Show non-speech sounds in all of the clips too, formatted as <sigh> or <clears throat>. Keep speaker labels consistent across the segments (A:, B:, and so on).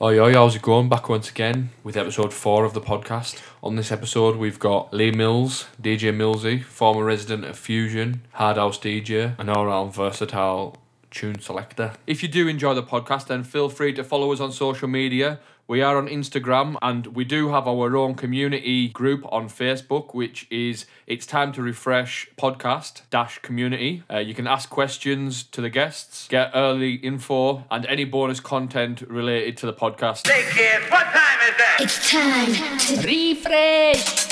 A: Oh, yo, yo, how's it going? Back once again with episode four of the podcast. On this episode, we've got Lee Mills, DJ Millsy, former resident of Fusion, hard house DJ, and all round versatile tune selector. If you do enjoy the podcast, then feel free to follow us on social media. We are on Instagram and we do have our own community group on Facebook, which is It's Time to Refresh Podcast Dash Community. Uh, you can ask questions to the guests, get early info, and any bonus content related to the podcast.
B: Hey kid, what time is that?
C: It's time to
D: Refresh!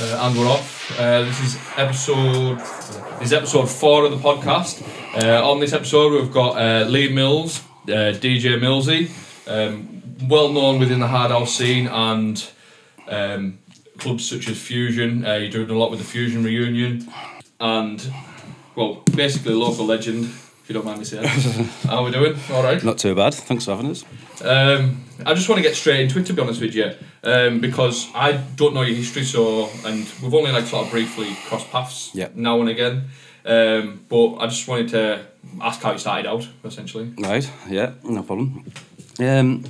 A: Uh, and we're off. Uh, this is episode. This is episode four of the podcast. Uh, on this episode, we've got uh, Lee Mills, uh, DJ Millsy, um, well known within the hard house scene and um, clubs such as Fusion. Uh, you're doing a lot with the Fusion reunion, and well, basically a local legend. If you don't mind me saying, how we doing? All right.
E: Not too bad. Thanks for having us.
A: Um, I just want to get straight into it, to be honest with you, um, because I don't know your history, so and we've only like sort of briefly crossed paths
E: Yeah.
A: now and again. Um, but I just wanted to ask how you started out, essentially.
E: Right. Yeah. No problem. Um,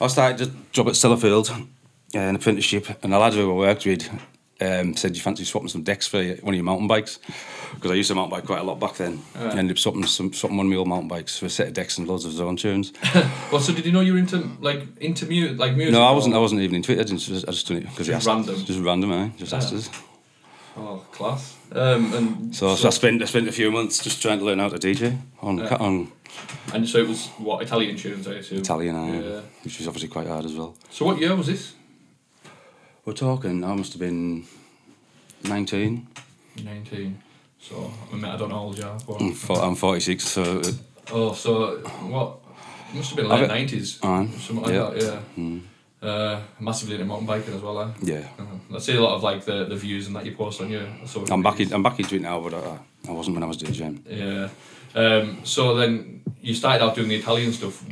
E: I started a job at Sellafield, uh, an apprenticeship, and a lad who I worked with um, said, "You fancy swapping some decks for one of your mountain bikes?" Because I used to mountain bike quite a lot back then.
A: Oh,
E: I ended up swapping some swapping one of my old mountain bikes for a set of decks and loads of
A: <laughs>
E: zone tunes.
A: Well, so did you know you were into like into mu- like music?
E: no, I
A: or-
E: wasn't. I wasn't even into it. I didn't. I just done it because he
A: Just
E: asked.
A: random.
E: Just random, eh? Just asked us.
A: Oh, class. Um, and
E: So, so I spent I spent a few months just trying to learn how to DJ on ca- on
A: and so it was what Italian tunes, I assume.
E: Italian, eh,
A: Yeah.
E: which was obviously quite hard as well.
A: So what year was this?
E: We're talking, I must have been 19.
A: Nineteen. So I mean, I don't know how old you are. But,
E: I'm fo- I'm 46, so uh,
A: Oh, so what? It must have been
E: Have
A: late
E: it-
A: nineties,
E: Aye.
A: something like
E: Yeah. Hmm.
A: that. Yeah. Uh, massively into mountain biking as well. Eh?
E: yeah.
A: Uh-huh. I see a lot of like the, the views and that you post on your. social
E: I'm back,
A: medias.
E: in, I'm back into it now, but I, I wasn't when I was doing gym.
A: Yeah. Um, so then you started out doing the Italian stuff.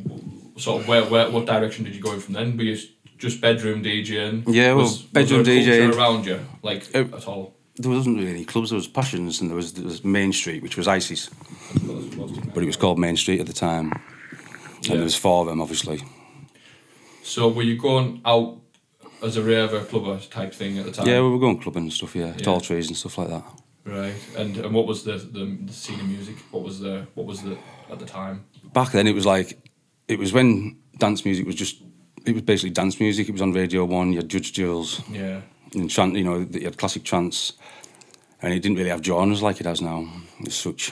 A: Sort of where, where what direction did you go in from then? Were you s- just bedroom DJing?
E: Yeah, well,
A: was,
E: bedroom
A: was there a culture
E: DJing.
A: around you, like
E: Uh,
A: at all.
E: There wasn't really any clubs, there was Passions and there was, there was Main Street, which was ISIS, but it was called Main Street at the time. And
A: Yeah.
E: there was four of them, obviously.
A: So were you going out as a raver clubber type thing at the time?
E: Yeah, we were going clubbing and stuff, yeah,
A: Yeah.
E: tall trees and stuff like that.
A: Right, and and what was the, the the scene of music? What was the what was the at the time?
E: Back then, it was like, it was when dance music was just, it was basically dance music. It was on Radio 1, you had Judge Jules,
A: Yeah,
E: in tran you know, that you had classic trance, and it didn't really have genres like it has now. As such,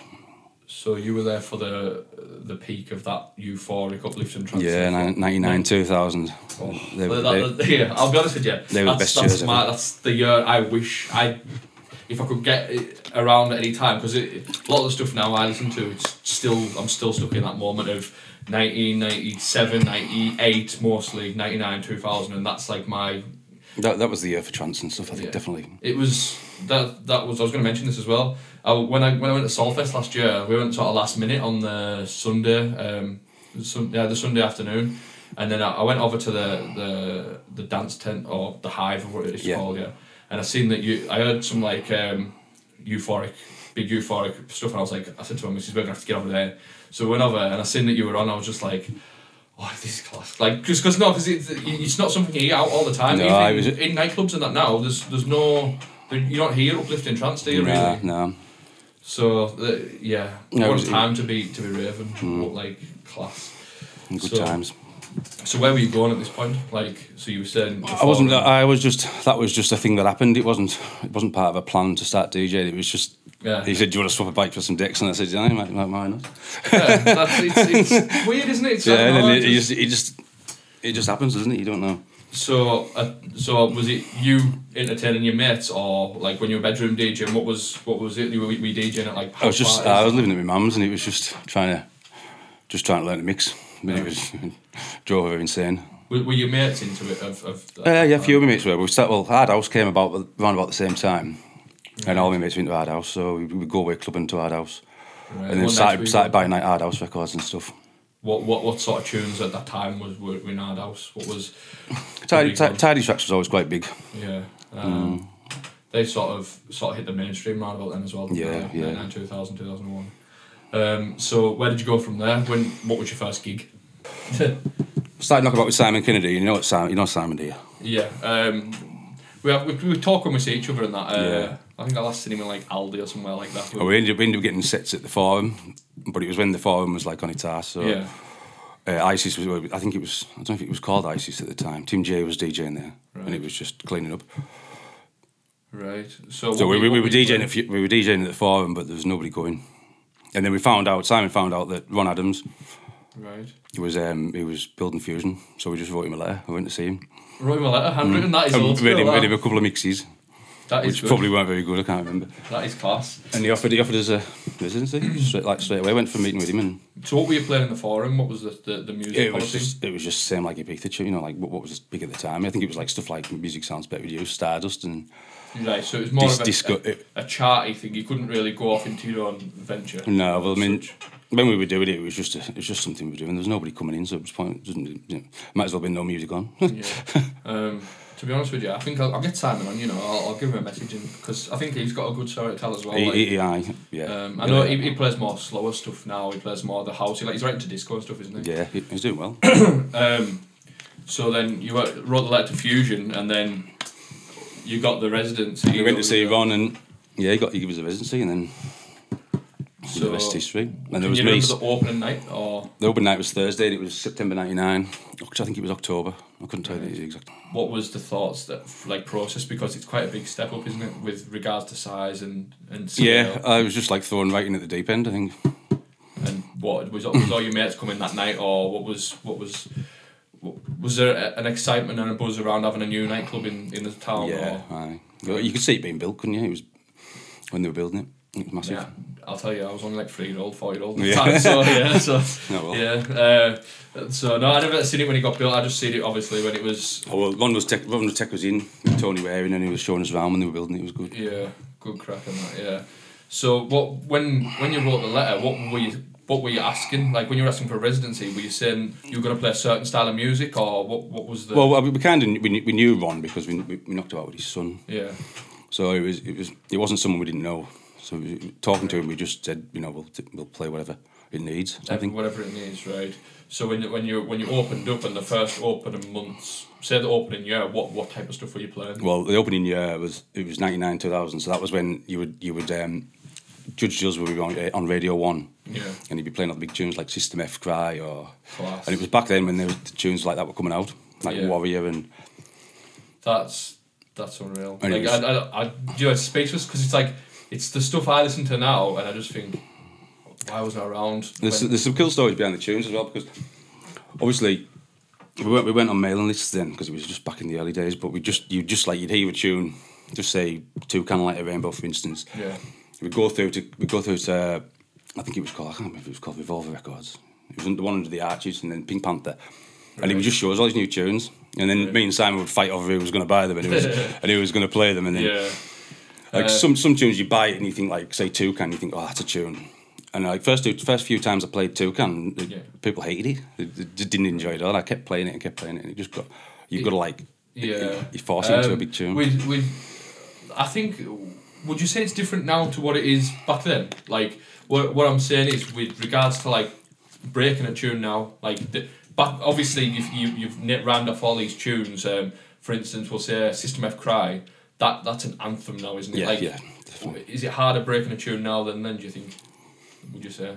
A: so you were there for the the peak of that euphoric uplift and trance.
E: yeah,
A: thing.
E: ni- ninety nine, two thousand.
A: Oh,
E: They
A: that-
E: were- they-
A: that- yeah, I'll be honest with you.
E: they were
A: that's,
E: the best
A: that's
E: years
A: my
E: ever.
A: that's the year I wish I, if I could get it around at any time, because a lot of the stuff now I listen to, it's still I'm still stuck in that moment of 1997, 98, mostly 99, 2000, and that's like my
E: That, that was the year for trance and stuff. I think
A: Yeah.
E: definitely.
A: It was that that was I was going to mention this as well. I, when I when I went to Solfest last year, we went sort of last minute on the Sunday, um, sun, yeah, the Sunday afternoon, and then I, I went over to the, the the dance tent or the hive or what it's
E: Yeah.
A: called, yeah. And I seen that you, I heard some like um, euphoric, big euphoric stuff, and I was like, I said to my missus, we're gonna have to get over there. So we went over, and I seen that you were on. I was just like. Oh, this is class. Like, just because no, because it's, it's not something you eat out all the time.
E: No,
A: Even
E: I was-
A: in nightclubs and that now, there's there's no there- you don't hear uplifting trance, do you
E: Nah,
A: really?
E: nah.
A: So the, yeah,
E: No, Hmm.
A: no,
E: it
A: one
E: was-
A: time to be to be raving, but like class.
E: Good
A: So-
E: times.
A: So where were you going at this point? Like, so you were saying before,
E: I wasn't. I was just. That was just a thing that happened. It wasn't. It wasn't part of a plan to start DJing. It was just.
A: Yeah.
E: He said, "Do you want to swap a bike for some decks?" And I said, "Yeah, might, might, why not?"
A: <laughs> yeah, that's, it's,
E: <laughs>
A: it's weird, isn't it? It's
E: Yeah,
A: like,
E: and
A: no,
E: then
A: I
E: it, it
A: just-
E: just, it just, it just happens, doesn't it? You don't know.
A: so uh, so was it you entertaining your mates or like when you were bedroom DJing? What was what was it? You were, were you DJing at like
E: I was just. uh,
A: parties?
E: I was living at my mum's, and it was just trying to, just trying to learn to mix. I mean, it was <laughs> drove her insane.
A: were, were your mates into it? Of, of
E: Uh, yeah, a few of my mates were. We started, well, Hard House came about around about the same time, and all my mates went to Hard House, so we would go away clubbing to Hard House,
A: Right,
E: and
A: one
E: then
A: night
E: started,
A: we-
E: started buying like Hard House records and stuff.
A: What what what sort of tunes at that time was were in our house? What was
E: Tidy,
A: big
E: ti
A: one.
E: Tidy Tracks was always quite big.
A: yeah. Um,
E: Mm.
A: They sort of sort of hit the mainstream round about then as well. didn't
E: Yeah,
A: they?
E: yeah. <laughs>
A: 99, 2000, 2001. Um, so where did you go from there? When what was your first gig?
E: Started knocking about with Simon Kennedy. You know what Simon? You know Simon, do you?
A: Yeah. Um, we, have, we we talk when we see each other and that. Uh,
E: Yeah. Oh,
A: I think I last seen him in like Aldi or somewhere like that.
E: Well, we ended, up, we ended up getting sets at the forum, but it was when the forum was like on its ass. So
A: yeah.
E: uh, ISIS was. I think it was. I don't know if it was called ISIS at the time. Tim J was DJing there, and
A: Right.
E: it was just cleaning up.
A: Right. So,
E: So
A: what
E: we, we, we
A: what
E: were DJing at, few- we were DJing at the forum, but there was nobody going. And then we found out. Simon found out that Ron Adams
A: Right.
E: was um, he was building fusion. So we just wrote him a letter. We went to see him.
A: Wrote him a letter, handwritten. That is
E: And
A: old
E: we made
A: school,
E: him, made
A: that.
E: him a couple of mixes,
A: that is
E: which
A: good.
E: probably weren't very good. I can't remember.
A: That is class.
E: And he offered he offered us a residency straight like straight away. Went for a meeting with him, and
A: So what were you playing in the forum? What was the the, the music
E: it was
A: policy?
E: just it was just same like Ibiza, tune, you know, like what, what was big at the time. I think it was like stuff like music sounds better with you, Stardust, and
A: Right. So it was more
E: Dis-
A: of a,
E: disco-
A: a, a charty thing. You couldn't really go off into your own
E: <laughs>
A: venture.
E: no, well, I mean.
A: Such-
E: When we were doing it, it was just a, it was just something we were doing. There was nobody coming in, so it was point. Doesn't you know, might as well be no music on. <laughs>
A: Oh, Yeah. um, to be honest with you, I think I'll, I'll get Simon on. You know, I'll, I'll give him a message and because I think he's got a good story to tell as well.
E: E-
A: like-
E: E- EI, yeah.
A: Um, I
E: Yeah,
A: know
E: yeah.
A: he, he plays more slower stuff now. He plays more the house. He, like, he's right into disco and stuff, isn't he?
E: Yeah, he- he's doing
A: <coughs>
E: well.
A: Um, so then you wrote wrote the letter to Fusion, and then you got the residency.
E: we went to see Ron, and yeah, he got he gave us a residency, and then the rest is history. And there
A: Can
E: was
A: you
E: me.
A: remember the opening night or
E: The open night was Thursday, and it was September '99. I think it was October. I couldn't tell you the exact.
A: what was the thoughts that like process because it's quite a big step up, isn't it, with regards to size and and
E: Yeah, uh,
A: scale.
E: I was just like thrown right in at the deep end. I think
A: And what was was all your mates coming that night, or what was what was. Was there a- an excitement and a buzz around having a new nightclub in, in the town?
E: yeah,
A: Or,
E: aye. You- you could see it being built, couldn't you? It was when they were building it. It was massive.
A: Yeah, I'll tell you, I was only like three year old, four year old.
E: Yeah.
A: Yeah.
E: <laughs>
A: So yeah, so
E: Oh, well.
A: yeah. Uh, so no, I never seen it when it got built. I just seen it obviously when it was
E: Oh, well, Ron was tech, Ron was tech was in with Tony Waring, and he was showing us around when they were building. It It was good.
A: yeah, good crack and that yeah. So what when when you wrote the letter, what were you what were you asking? Like when you were asking for a residency, were you saying you were gonna play a certain style of music, or what what was the
E: Well, I mean, we kind of we, knew- we knew Ron because we, we we knocked about with his son,
A: yeah
E: so it was it was it wasn't someone we didn't know. So we- we- talking to him, we just said, you know, we'll t- we'll play whatever it needs. I think.
A: whatever it needs right. So when you- when you when you opened up in the first opening months, say the opening year, what what type of stuff were you playing?
E: Well, the opening year was it was ninety nine two thousand, so that was when you would you would um, Judge Jules would be on, eh, on Radio One,
A: Yeah.
E: and he'd be playing all the big tunes like System F Cry or,
A: Class.
E: and it was back then when there was the tunes like that were coming out, like
A: Yeah.
E: Warrior and
A: That's that's unreal.
E: And it
A: like
E: was-
A: I, I, I, do you know, speechless because it's like it's the stuff I listen to now, and I just think, why wasn't I around?
E: there's
A: when-
E: there's some cool stories behind the tunes as well because obviously we went we went on mailing lists then because it was just back in the early days, but we just you just like you'd hear a tune, just say two kind of like a rainbow for instance,
A: yeah,
E: we go through to we go through to uh, I think it was called I can't remember if it was called Revolver Records. It was the one under the Arches and then Pink Panther. And he would just show us all these new tunes, and then me and Simon would fight over who was going to buy them and who was, and who was going to play them. And then,
A: yeah,
E: like some some tunes you buy it and you think like say Toucan, you think oh that's a tune. And like first two, first few times I played Toucan, the
A: Yeah.
E: people hated it. They, they just didn't enjoy it at all. I kept playing it and kept playing it, and it just got you've got to like
A: yeah.
E: you force it into a
A: Um,
E: big tune.
A: With with, I think, would you say it's different now to what it is back then? Like what what I'm saying is with regards to like breaking a tune now, like the, back obviously you've you, you've knit round off all these tunes. Um, for instance, we'll say System F Cry. That, that's an anthem now, isn't it?
E: yeah,
A: like,
E: yeah, definitely.
A: Is it harder breaking a tune now than then? Do you think? Would you say?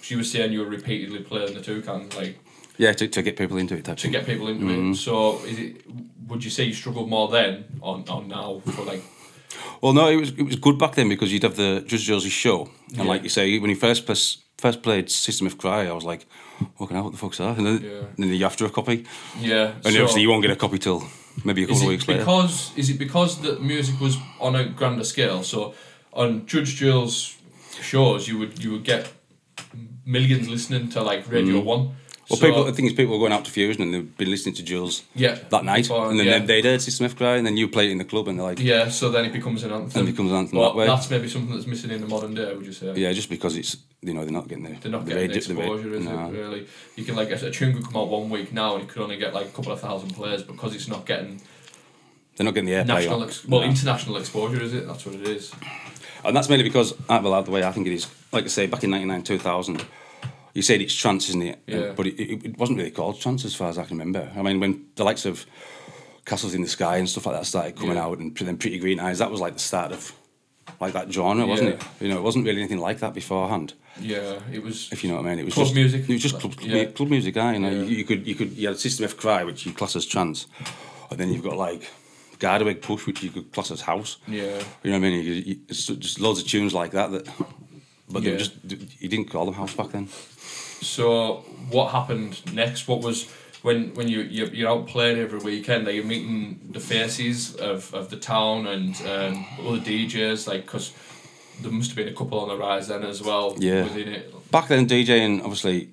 A: She was saying you were repeatedly playing the toucan, like
E: yeah, to, to get people into it. Type
A: to
E: thing.
A: get people into
E: Mm-hmm.
A: it. So is it? Would you say you struggled more then or, or now for like?
E: Well, no, it was it was good back then because you'd have the Judge Josie show, and like you say, when you first pers- first played System of Cry, I was like, "Fucking hell, what the fuck's that?" And then,
A: Yeah.
E: and then you're after a copy,
A: Yeah.
E: and obviously you won't get a copy till maybe a
A: Is
E: couple
A: it
E: of weeks later.
A: because is it because the music was on a grander scale? So on Judge Jules shows, you would you would get millions listening to like Radio One.
E: Mm-hmm. Well,
A: So-
E: people, the thing is, people were going out to Fusion and they've been listening to Jules
A: Yeah,
E: that night,
A: before,
E: and then
A: yeah.
E: they, they'd heard System of Cry, and then you play it in the club, and they're like, "Yeah,
A: Yeah, so then it becomes an anthem.
E: Then becomes an anthem
A: Well,
E: that way.
A: That's maybe something that's missing in the modern day, would you say?
E: just because it's you know they're not getting the
A: They're not
E: the
A: getting the
E: radio- the radio-
A: exposure, is
E: no.
A: it? Really, you can like a, a tune could come out one week now, and it could only get like a couple of thousand players because it's not getting
E: They're not getting the airplay.
A: national,
E: on-
A: ex- well,
E: no.
A: international exposure, is it? That's what it is.
E: And that's mainly because, uh, well, the way I think it is, like I say, back in 99, 2000, You said it's trance, isn't it?
A: Yeah.
E: But it, it, it wasn't really called trance as far as I can remember. I mean, when the likes of Castles in the Sky and stuff like that started coming
A: Yeah.
E: out, and then Pretty Green Eyes, that was like the start of like that genre, wasn't
A: Yeah.
E: it? You know, it wasn't really anything like that beforehand.
A: Yeah, it was.
E: If you know what I mean, it was
A: Club
E: just
A: music.
E: It was just club, club
A: Yeah.
E: mu- club music, aye, you know.
A: Yeah.
E: You, you could you could you had System F Cry, which you class as trance, and then you've got like Gardaway Push, which you could class as house.
A: Yeah.
E: You know what I mean? You, you, it's just loads of tunes like that that, but they were
A: Yeah.
E: just you didn't call them house back then.
A: So what happened next? What was when when you you're, you're out playing every weekend? Are you meeting the faces of, of the town and um, other DJs? Like, cause there must have been a couple on the rise then as well.
E: Yeah.
A: Within it.
E: Back then, DJing obviously,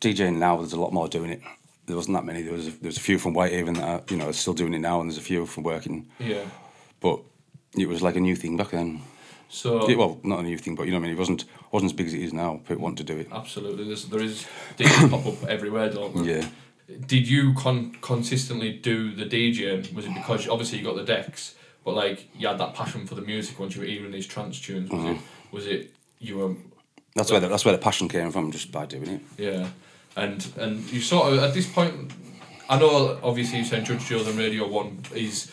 E: DJing now there's a lot more doing it. There wasn't that many. There was a, there was a few from Whitehaven that are, you know are still doing it now, and there's a few from working,
A: Yeah.
E: but it was like a new thing back then.
A: So
E: Yeah, well, not a new thing, but you know what I mean. It wasn't wasn't as big as it is now. People want to do it.
A: absolutely, there's, there is DJs pop up everywhere, don't they?
E: Yeah.
A: Did you con- consistently do the DJing? Was it because obviously you got the decks, but like you had that passion for the music once you were hearing these trance tunes? Was it
E: Mm-hmm.
A: was it you were
E: That's where the, that's where the passion came from, just by doing it.
A: Yeah, and and you sort of at this point, I know obviously you saying Judge Jules and Radio One is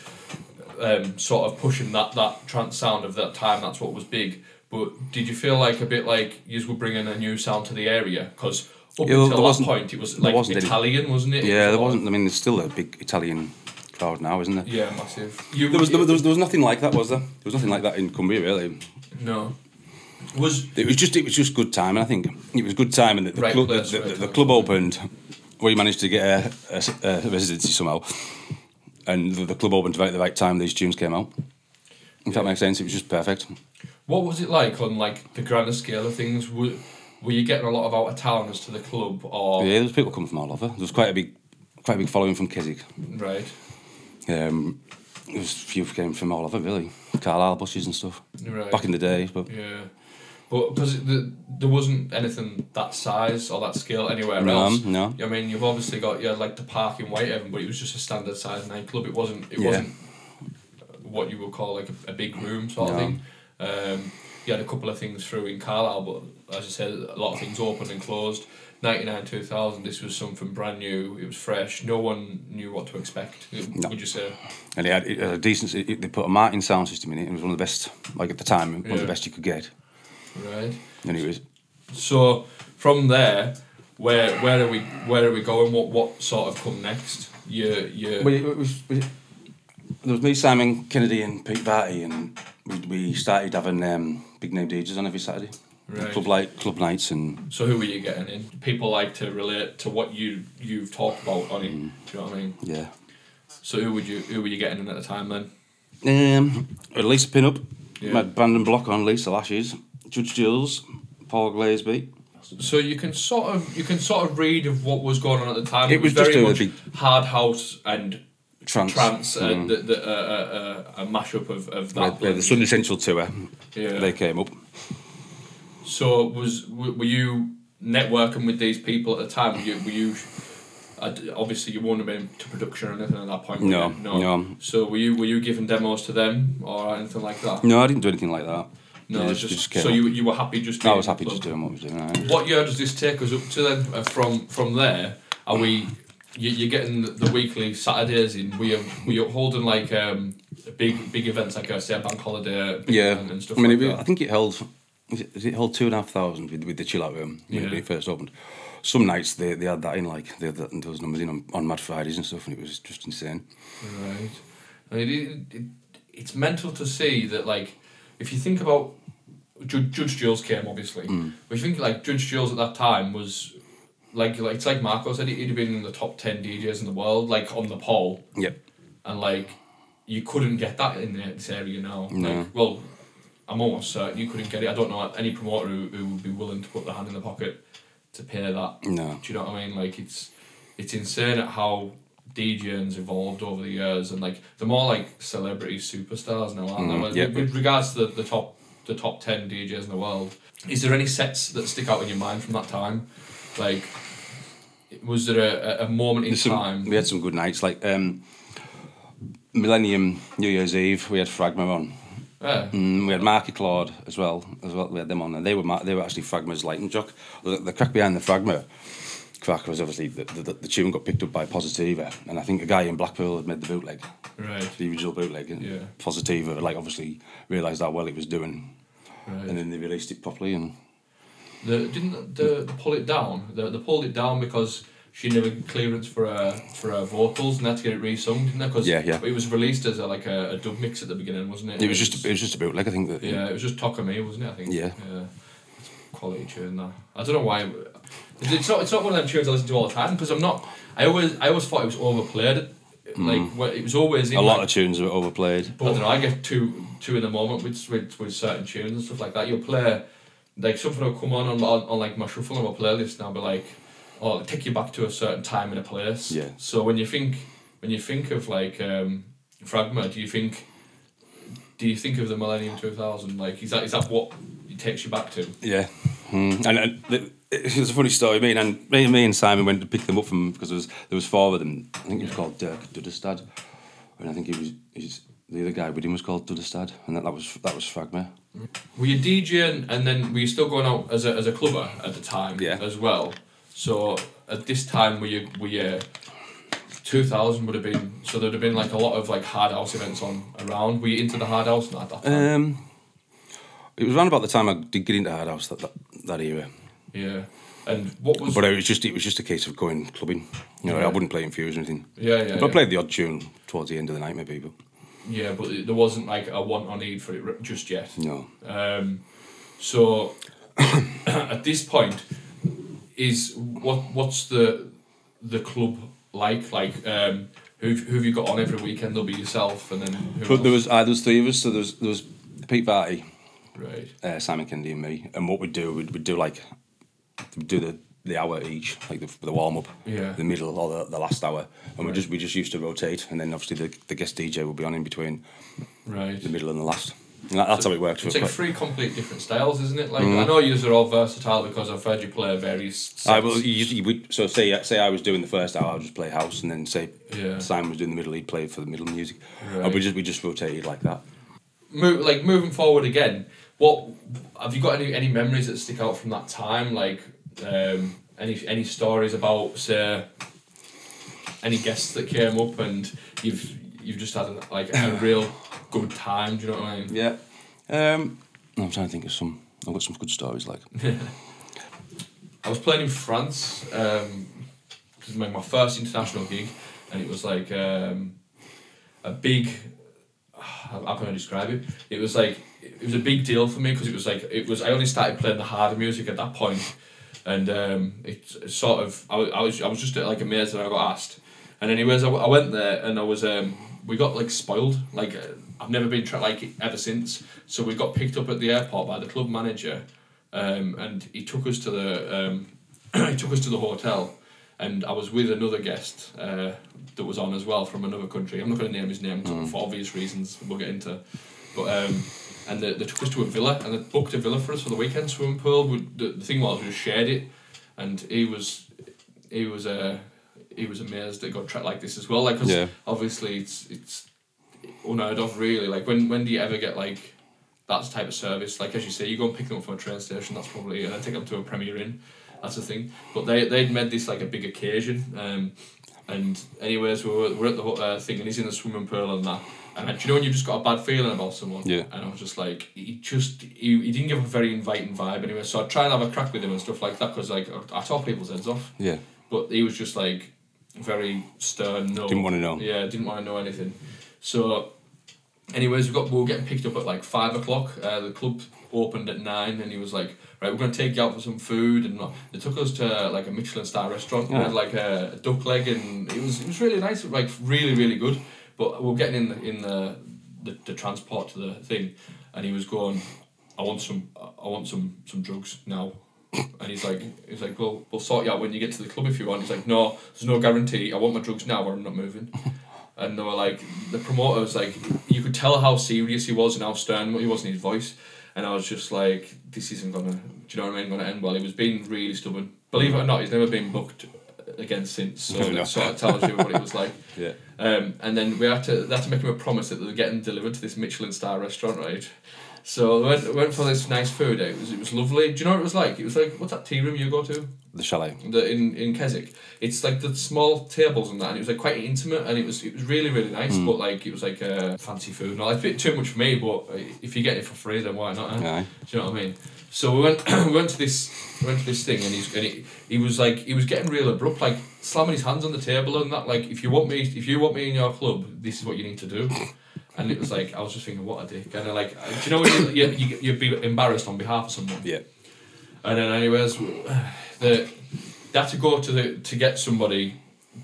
A: um, sort of pushing that that trance sound of that time. That's what was big. But did you feel like a bit like you were bringing a new sound to the area? Because up
E: Yeah, well, there
A: until that
E: wasn't-
A: point, it was
E: there
A: like
E: wasn't any-
A: Italian, wasn't it? It
E: Yeah, there
A: sort of-
E: wasn't. I mean, there's still a big Italian crowd now, isn't there?
A: Yeah, massive. You,
E: There was, there was there was there was nothing like that, was there? There was nothing like that in Cumbria, really.
A: no. Was
E: It was just it was just good time, and I think it was good time, and the, the,
A: Right
E: club,
A: place,
E: the, the,
A: right
E: the
A: time.
E: club opened. We managed to get a, a s- a residency somehow, and the, the club opened about the right time. These tunes came out. If that makes sense, it was just perfect.
A: What was it like on like the grander scale of things? Were, were you getting a lot of out of towners to the club or
E: Yeah, there's people coming from all over. There was quite a big, quite a big following from Keswick.
A: right?
E: Um, there was a few came from all over really, Carlisle buses and stuff.
A: Right.
E: Back in the day, but
A: Yeah, but because the, there wasn't anything that size or that scale anywhere
E: No,
A: else.
E: no.
A: I mean, you've obviously got you had like the park in Whitehaven, but it was just a standard size nightclub. It wasn't. It
E: Yeah.
A: wasn't uh, what you would call like a, a big room sort
E: No.
A: of thing. Um, you had a couple of things through in Carlisle, but as I said, a lot of things opened and closed. 99 2000 this was something brand new it was fresh no one knew what to expect would you say
E: and it had, it had a decent. It, they put a Martin sound system in it. It was one of the best, like at the time, one of
A: Yeah.
E: the best you could get.
A: right
E: And it was
A: So from there, where where are we where are we going? What what sort of come next? You you
E: Well, it was, was it- there was me, Simon Kennedy, and Pete Barty, and we, we started having um, big name DJs on every Saturday.
A: Right.
E: Club light, club nights, and
A: so who are you getting in? People like to relate to what you you've talked about on it. Do you know what I mean?
E: yeah.
A: So who would you who were you getting in at the time then?
E: Um, at Lisa Pinup,
A: Yeah.
E: yeah. Brandon Block on Lisa Lashes, Judge Jules, Paul Glazeby.
A: So you can sort of you can sort of read of what was going on at the time.
E: It was just
A: very
E: a
A: much
E: big-
A: hard house and
E: Trance.
A: trance and the, the, uh, uh, uh, a mashup of of that.
E: Where- where the
A: blend.
E: Sun Essential tour,
A: Yeah.
E: they came up.
A: So was w- were you networking with these people at the time? Were you, were you I d- obviously you wouldn't have been to production or anything at that point. were
E: No,
A: you?
E: no.
A: So were you were you giving demos to them or anything like that?
E: No, I didn't do anything like that.
A: no
E: They
A: it's
E: they
A: just,
E: came
A: so
E: up.
A: you you were happy just.
E: I
A: being
E: was happy
A: in the
E: just
A: club?
E: doing what I was doing. aye.
A: What year does this take us up to then? Uh, from from there, are we? You, you're getting the, the weekly Saturdays in. We are we are holding like um big big events like I say a bank holiday. a big
E: Yeah,
A: event and stuff
E: I mean,
A: like
E: it,
A: that.
E: I think it held. was It was it held two and a half thousand with, with the chill out room when
A: Yeah.
E: it first opened. Some nights they, they had that in like they had that, those numbers in on, on Mad Fridays and stuff, and it was just insane.
A: Right. I mean, it, it, it's mental to see that, like, if you think about Judge, Judge Jules came, obviously. But if you think, like, Judge Jules at that time was, like, like it's like Marco said, he'd have been in the top 10 DJs in the world, like, on the poll.
E: Yep.
A: And, like, you couldn't get that in this area now.
E: No.
A: Like, well, I'm almost certain you couldn't get it. I don't know any promoter who, who would be willing to put their hand in the pocket to pay that.
E: No.
A: Do you know what I mean? Like it's it's insane at how DJing's evolved over the years, and like they're more like celebrity superstars now, aren't they?
E: Mm,
A: Like,
E: yeah.
A: with, with regards to the, the top the top ten DJs in the world, is there any sets that stick out in your mind from that time? Like, was there a, a- a moment in
E: There's some-
A: time?
E: we had some good nights like um, Millennium New Year's Eve. We had Fragma on.
A: Yeah.
E: Mm, we had Marky Claude as well, as well. We had them on, and they were mar- they were actually Fragma's lightning jock. The, the crack behind the Fragma crack was obviously the, the, the tune got picked up by Positiva, and I think a guy in Blackpool had made the bootleg,
A: Right.
E: the original bootleg, and
A: Yeah.
E: Positiva like obviously realised how well it was doing,
A: Right.
E: and then they released it properly. And
A: The, didn't the, pull it down? They, they pulled it down because she never got clearance for her for her vocals and had to get it re-sung, didn't they? 'Cause
E: Yeah, yeah.
A: It was released as a, like a, a dub mix at the beginning, wasn't it?
E: it was just it was just a bootleg, I think. That,
A: yeah, it was just Talk of Me, wasn't it? I think.
E: Yeah.
A: Yeah. It's quality tune that. I don't know why. it- It's not. It's not one of them tunes I listen to all the time because I'm not. I always. I always thought it was overplayed. Like wh- it was always in
E: Mm. a lot
A: like,
E: of tunes were overplayed.
A: I don't know. I get two two in the moment with with, with certain tunes and stuff like that. You'll play like something will come on on, on, on like my shuffle on my playlist, and I'll be like, "Oh, it'll take you back to a certain time and a place."
E: Yeah.
A: So when you think when you think of like um, Fragma, do you think do you think of the Millennium Two Thousand? Like, is that is that what it takes you back to?
E: Yeah, mm. and, and the, it was a funny story. Me and me, and- me and Simon went to pick them up from because there was there was four of them. I think he was called Dirk Dudestad, and I think he was he's, the other guy with him was called Dudestad, and that, that was that was Fragma.
A: Were you DJing and then were you still going out as a, as a clubber at the time
E: Yeah.
A: as well? So at this time were you were you two thousand would have been so there'd have been like a lot of like hard house events on around. Were you into the hard house at that time?
E: Um, it was around about the time I did get into Hard House that, that that era,
A: yeah. And what was
E: but it was just it was just a case of going clubbing. You know, I
A: Right.
E: wouldn't play in Fuse or anything.
A: Yeah, yeah,
E: I
A: yeah.
E: played the odd tune towards the end of the night, maybe, but
A: yeah, but there wasn't like a want or need for it r- just yet.
E: no.
A: Um, so <coughs> at this point, is what what's the the club like? Like um, who who have you got on every weekend? There'll be yourself, and then who
E: But there
A: else?
E: was uh, there was three of us. So there was there was Pete Varty.
A: right.
E: uh, Simon Kennedy and me. And what we do, we'd, we'd do like, we'd do the, the hour each, like the, the warm up,
A: Yeah.
E: the middle or the, the last hour. And we just we just used to rotate. And then obviously the, the guest DJ would be on in between
A: Right.
E: the middle and the last. And that, that's how it worked. for
A: It's like
E: quite-
A: three complete different styles, isn't it? Like I know yous are all versatile because I've heard you play various. Sets.
E: Mm-hmm. I will. You, you would, so say say I was doing the first hour, I would just play house, and then say
A: Yeah.
E: Simon was doing the middle, he'd play for the middle music, and we
A: Right.
E: just we just rotated like that.
A: Mo- like moving forward again. What have you got any any memories that stick out from that time? Like um, any any stories about say any guests that came up and you've you've just had like a real good time. Do you know what I mean?
E: Yeah. Um, I'm trying to think of some. I've got some good
A: <laughs>
E: stories like.
A: I was playing in France. Um, this was my, my first international gig, and it was like um, a big. How how can I describe it? It was like it was a big deal for me because it was like it was. I only started playing the harder music at that point, and um, it it sort of I, wa- I was I was just like amazed that I got asked. And anyways, I, w- I went there and I was um, we got like spoiled. Like uh, I've never been tra- like ever since. So we got picked up at the airport by the club manager, um, and he took us to the um, <clears throat> he took us to the hotel, and I was with another guest uh, that was on as well from another country. I'm not going to name his name 'cause for obvious reasons. We'll get into, but. Um, and they, they took us to a villa and they booked a villa for us for the weekend swimming pool. We, the, the thing was we shared it, and he was he was uh, he was amazed that it got tracked like this as well. Like 'cause
E: Yeah.
A: obviously it's it's unheard of really. Like when when do you ever get like that type of service? Like as you say, you go and pick them up from a train station. That's probably and then take them to a premier inn. That's the thing. But they they'd made this like a big occasion. Um, and anyways, we were, we were at the ho- uh, thing and he's in the swimming pool and that. And do you know when you've just got a bad feeling about someone?
E: Yeah.
A: And I was just like, he just, he, he didn't give a very inviting vibe anyway. So I'd try and have a crack with him and stuff like that because like, I, I talk people's heads off
E: Yeah.
A: but he was just like very stern. No,
E: Didn't wanna know.
A: Yeah, didn't want to know anything. So, anyways, we got we were getting picked up at like five o'clock. Uh, the club opened at nine, and he was like, "Right, we're gonna take you out for some food." And they took us to like a Michelin star restaurant. We
E: Yeah.
A: had like a duck leg, and it was it was really nice. Like really really good. But we we're getting in the in the the, the transport to the thing, and he was going. I want some. I want some some drugs now. And he's like, he's like, well, we'll sort you out when you get to the club if you want. He's like, no, there's no guarantee. I want my drugs now, or I'm not moving. And they were like, the promoter was like, you could tell how serious he was and how stern he was in his voice. And I was just like, this isn't gonna, do you know what I mean? Gonna end well. He was being really stubborn. Believe it or not, he's never been booked again since, so
E: Fair
A: it
E: enough.
A: sort of tells you what it was like.
E: <laughs> Yeah.
A: Um, and then we had to they had to make him a promise that they were getting delivered to this Michelin star restaurant, right? So we went, went for this nice food. eh, It was it was lovely. Do you know what it was like? It was like what's that tea room you go to?
E: The chalet.
A: the, in in Keswick. It's like the small tables and that, and it was like quite intimate, and it was it was really really nice. But like it was like uh, fancy food. and all. it's a bit too much for me, but uh, if you get it for free, then why not? eh?
E: Aye.
A: Do you know what I mean? So we went <coughs> we went to this we went to this thing, and he's and he, he was like he was getting real abrupt, like slamming his hands on the table and that. Like if you want me, if you want me in your club, this is what you need to do. And it was like I was just thinking, what a dick! And I like, do you know when you, you you'd be embarrassed on behalf of someone?
E: Yeah.
A: And then, anyways, the they had to go to the to get somebody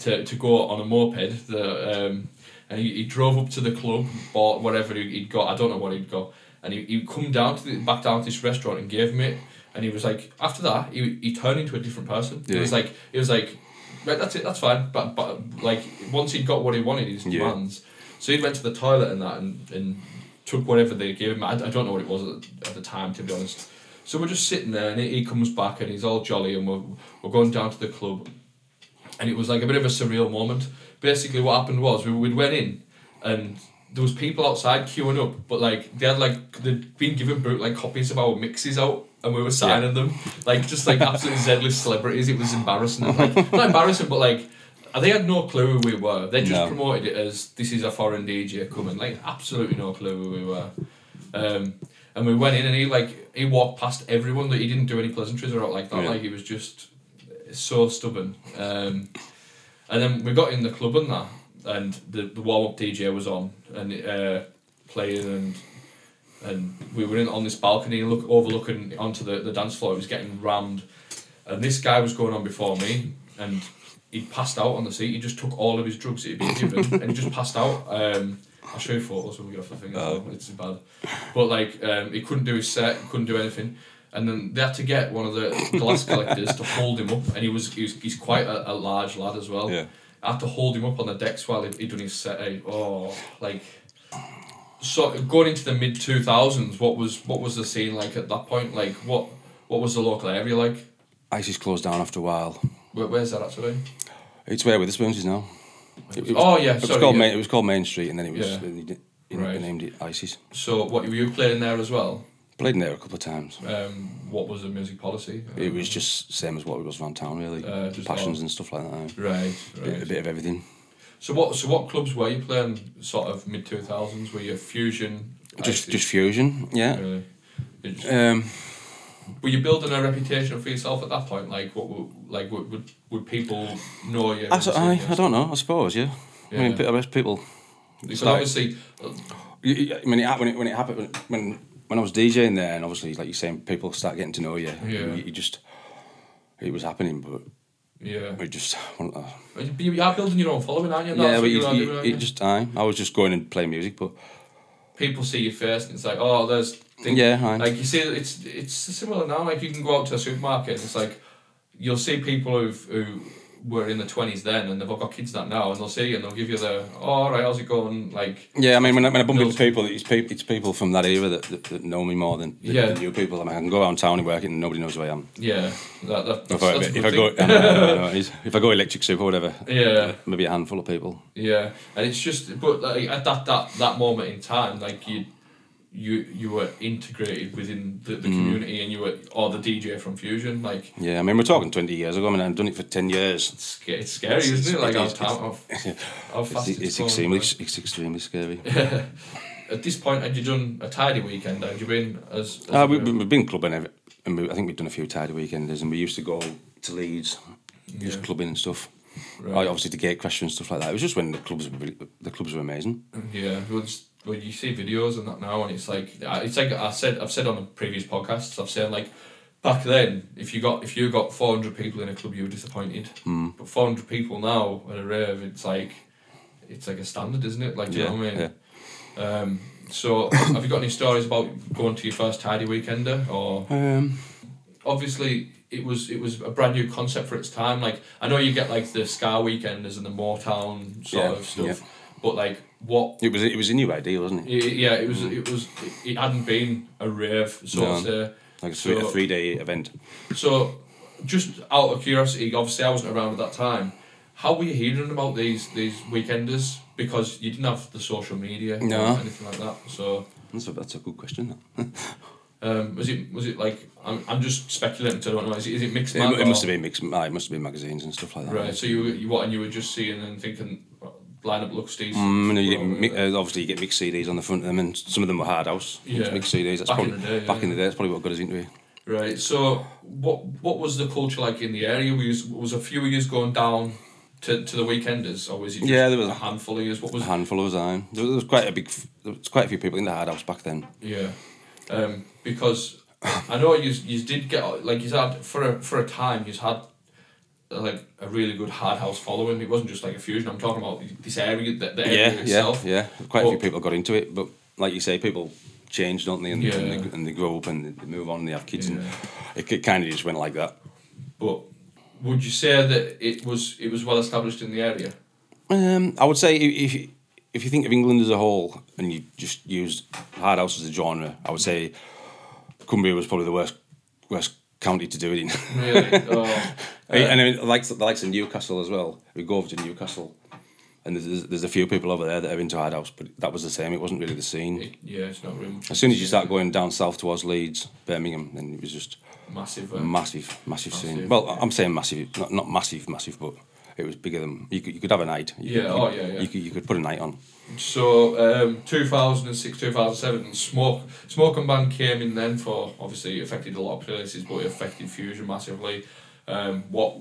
A: to, to go on a moped. The um, and he, he drove up to the club, bought whatever he, he'd got. I don't know what he'd got. And he he come down to the, back down to this restaurant and gave me it. And he was like, after that, he, he turned into a different person. He
E: Yeah.
A: was like, he was like, right, that's it, that's fine. But but like once he'd got what he wanted, his
E: Yeah.
A: demands. So he went to the toilet and that and and took whatever they gave him. I, I don't know what it was at the, at the time, to be honest. So we're just sitting there, and he he comes back, and he's all jolly, and we're, we're going down to the club, and it was like a bit of a surreal moment. Basically, what happened was we we went in, and there was people outside queuing up, but like they had like they'd been given boot like copies of our mixes out, and we were signing them, like just like absolutely zedless celebrities. It was embarrassing, like not embarrassing, but like. They had no clue who we were. They just
E: No.
A: promoted it as this is a foreign DJ coming. Like absolutely no clue who we were. Um, and we went in and he like he walked past everyone that he didn't do any pleasantries or like that.
E: Yeah.
A: Like he was just so stubborn. Um, and then we got in the club and that, and the, the warm up DJ was on and uh, playing and and we were in on this balcony look overlooking onto the, the dance floor. It was getting rammed, and this guy was going on before me and. He passed out on the seat. He just took all of his drugs that he'd been given and he just passed out. Um, I'll show you photos when we get off the thing. as well. It's bad. But like, um, he couldn't do his set, he couldn't do anything, and then they had to get one of the glass collectors to hold him up, and he was, he was he's quite a, a large lad as well.
E: Yeah.
A: I had to hold him up on the decks while he he done his set. eh? Oh, like. So going into the mid two thousands, what was what was the scene like at that point? Like what what was the local area like?
E: ISIS closed down after a while.
A: Where, where's that actually?
E: It's where Witherspoons is now. It, it was,
A: Oh yeah,
E: it was
A: sorry.
E: called
A: yeah.
E: Main, it was called Main Street, and then it was
A: Yeah.
E: they, did- they
A: Right.
E: named it ISIS.
A: So what were you playing there as well?
E: Played in there a couple of times.
A: Um, what was the music policy?
E: It was just same as what it was around town, really.
A: Uh, just
E: Passions
A: all-
E: and stuff like that. eh?
A: right,
E: Bit-
A: right.
E: A bit of everything.
A: So what so what clubs were you playing? Sort of mid two thousands. Were you fusion?
E: Just
A: IC?
E: just fusion, yeah.
A: Really? You just-
E: Um,
A: were you building a reputation for yourself at that point? Like what? were- Like would would, would people know you? and
E: I, s-
A: see
E: I,
A: you?
E: I don't know, I suppose, yeah. I mean,
A: Yeah.
E: pe- I guess people.
A: Because
E: Like-
A: obviously, uh,
E: y- y- I mean, it, hap- when, it, when it happened, when- when, when I was DJing there, and obviously, like you're saying, people start getting to know you.
A: Yeah.
E: You, you just, it was happening, but
A: yeah,
E: we just, uh,
A: But you you are building your own following, aren't you? That's
E: yeah,
A: what
E: but
A: you
E: you,
A: are
E: you-
A: doing, aren't
E: it
A: you?
E: just, I, I was just going and playing music, but
A: people see you first, and it's like, oh, there's things.
E: Yeah, aye.
A: Like you see, it's it's similar now. Like you can go out to a supermarket, and it's like you'll see people who who were in the twenties then, and they've all got kids that now, and they'll see you, and they'll give you the, oh, all right, how's it going? Like
E: Yeah, I mean, when I, when I bump
A: No,
E: into people, it's, pe- it's people from that era that, that, that know me more than, than
A: Yeah.
E: new people. I mean, I can go around town and work it and nobody knows who I am.
A: yeah, that, that, that's,
E: If I,
A: that's a
E: if
A: good
E: I go,
A: thing.
E: <laughs> I know, I know, I know it is. if I go electric soup or whatever,
A: Yeah.
E: maybe a handful of people.
A: Yeah, and it's just, but like at that that that moment in time, like you, you you were integrated within the, the
E: Mm.
A: community, and you were or the DJ from Fusion. Like
E: Yeah, I mean, we're talking twenty years ago. I mean, I've done it for ten years.
A: it's, sca- it's scary,
E: It's-
A: isn't it?
E: it's-
A: Like
E: it
A: how,
E: is,
A: time, how, how
E: It's,
A: fast
E: it's,
A: it's, going,
E: extremely,
A: like.
E: it's extremely scary.
A: <laughs> At this point, had you done a tidy weekend? Had you been as? as
E: uh,
A: a-
E: we, we- we've been clubbing, every, and we, I think we've done a few tidy weekenders, and we used to go to Leeds, just clubbing and stuff.
A: Right.
E: Obviously, to gate crasher and stuff like that. It was just when the clubs were really, the clubs were amazing.
A: Yeah, well, it's- well, you see videos and that now, and it's like I- it's like I said, I've said on the previous podcasts, I've said like back then, if you got if you got four hundred people in a club, you were disappointed.
E: Hmm.
A: Mm. But four hundred people now at a rave, it's like it's like a standard, isn't it? Like, do you know what I
E: yeah.
A: mean? Um, so, have you got any stories about going to your first tidy weekender or?
E: Um,
A: obviously it was it was a brand new concept for its time. Like I know you get like the Scar Weekenders and the Motown sort
E: Yeah,
A: of stuff,
E: yeah.
A: but like what?
E: it was it was a new idea, wasn't it?
A: y- Yeah, it was it was it hadn't been a rave so
E: Mm. No.
A: to say.
E: Like a three,
A: So-
E: a three day event.
A: So just out of curiosity, obviously I wasn't around at that time. How were you hearing about these these weekenders? Because you didn't have the social media
E: No.
A: or anything like that. So
E: That's a, that's a good question. that.
A: um, was it was it like I'm, I'm just speculating. So I don't know. Is it, is it mixed?
E: It,
A: mag
E: mu- it
A: or-
E: must have been mixed. ah, It must have been magazines and stuff like that.
A: Right. So you were- you what and you were just seeing and thinking lineup looks decent.
E: Mm, you know, you get
A: Well,
E: mi- uh, obviously you get mixed CDs on the front of them, and some of them were hard house.
A: Yeah.
E: Mixed CDs. That's
A: Back in
E: probably
A: the day, yeah.
E: back in the day. That's probably what got us into it.
A: Right. So what what was the culture like in the area? Was was a few of you going down to, to the weekenders, or was it? Just
E: Yeah, there was
A: a
E: a-
A: handful of years. What was?
E: A handful of us. aye. There was quite a big. f- There was quite a few people in the hard house back then.
A: yeah, um, because I know you you did get like you had for a for a time you had uh, like a really good hard house following. It wasn't just like a fusion. I'm talking about this area, the, the area
E: yeah,
A: itself.
E: yeah, yeah. Quite a few
A: But-
E: people got into it, but like you say, people change, don't they? And,
A: Yeah.
E: and, they, and they grow up and they- they move on and they have kids,
A: Yeah.
E: and it, kind of just went like that.
A: But would you say that it was it was well established in the area?
E: Um, I would say i- if if you think of England as a whole and you just use hard house as a genre, I would say Cumbria was probably the worst worst county to do it in. <laughs>
A: Really? oh,
E: and I mean, like the likes of Newcastle as well. We go over to Newcastle, and there's- there's there's a few people over there that are into hard house, but that was the same. It wasn't really the scene.
A: it, yeah, it's not really much.
E: As soon as you start going down south towards Leeds, Birmingham, then it was just
A: massive.
E: a
A: uh,
E: massive, massive scene.
A: Massive.
E: Well, I- I'm saying massive, not not massive, massive, but it was bigger than you could. You could have a night. You
A: Yeah,
E: Could,
A: oh, yeah, yeah.
E: You could, you could put a night on.
A: So um, 2006, 2007, Smoke Smoke and Band came in then for obviously it affected a lot of places, but it affected Fusion massively. Um, what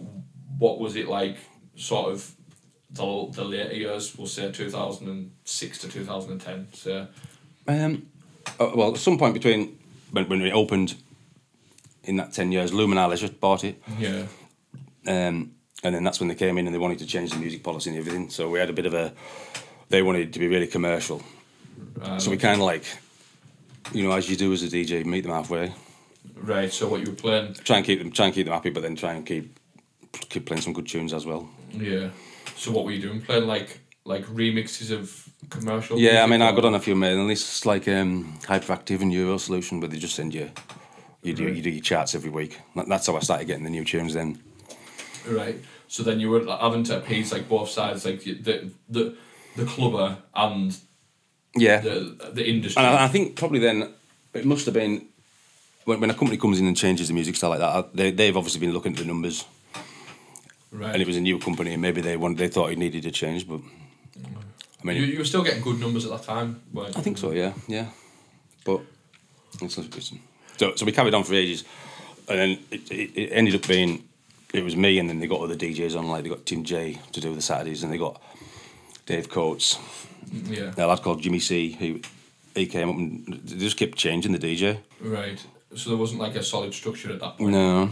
A: what was it like, sort of the, the later years? We'll say 2006 to 2010. So
E: Um, uh, well, at some point between when, when it opened in that 10 years, Luminar Leisure bought it.
A: yeah,
E: Um, and then that's when they came in and they wanted to change the music policy and everything. So we had a bit of a. They wanted it to be really commercial. so we kind of like, you know, as you do as a DJ, meet them halfway.
A: right. So what you were playing?
E: Try and keep them, try and keep them happy, but then try and keep keep playing some good tunes as well.
A: Yeah. So what were you doing? Playing like like remixes of commercial.
E: Yeah, I mean, I
A: music
E: got
A: or-
E: on a few mailing lists like um, Hyperactive and Euro Solution, but they just send you you do you do your charts every week. That- That's how I started getting the new tunes. Then
A: Right. So then you were like, having to appease like both sides, like you- the the the clubber and
E: yeah,
A: the the industry.
E: and I, I think probably then it must have been when, when a company comes in and changes the music style like that. I- They they've obviously been looking at the numbers,
A: right.
E: and it was a new company, and maybe they wanted they thought it needed a change, but I mean,
A: you, you were still getting good numbers at that time. Weren't
E: I
A: you?
E: think so, yeah, yeah. But it's, it's so so we carried on for ages, and then it, it, it ended up being it was me, and then they got other DJs on, like they got Tim J to do the Saturdays, and they got Dave Coates,
A: Mm, Yeah.
E: a lad called Jimmy C, who he came up and they just kept changing the DJ.
A: Right. So there wasn't like a solid structure at that point.
E: No,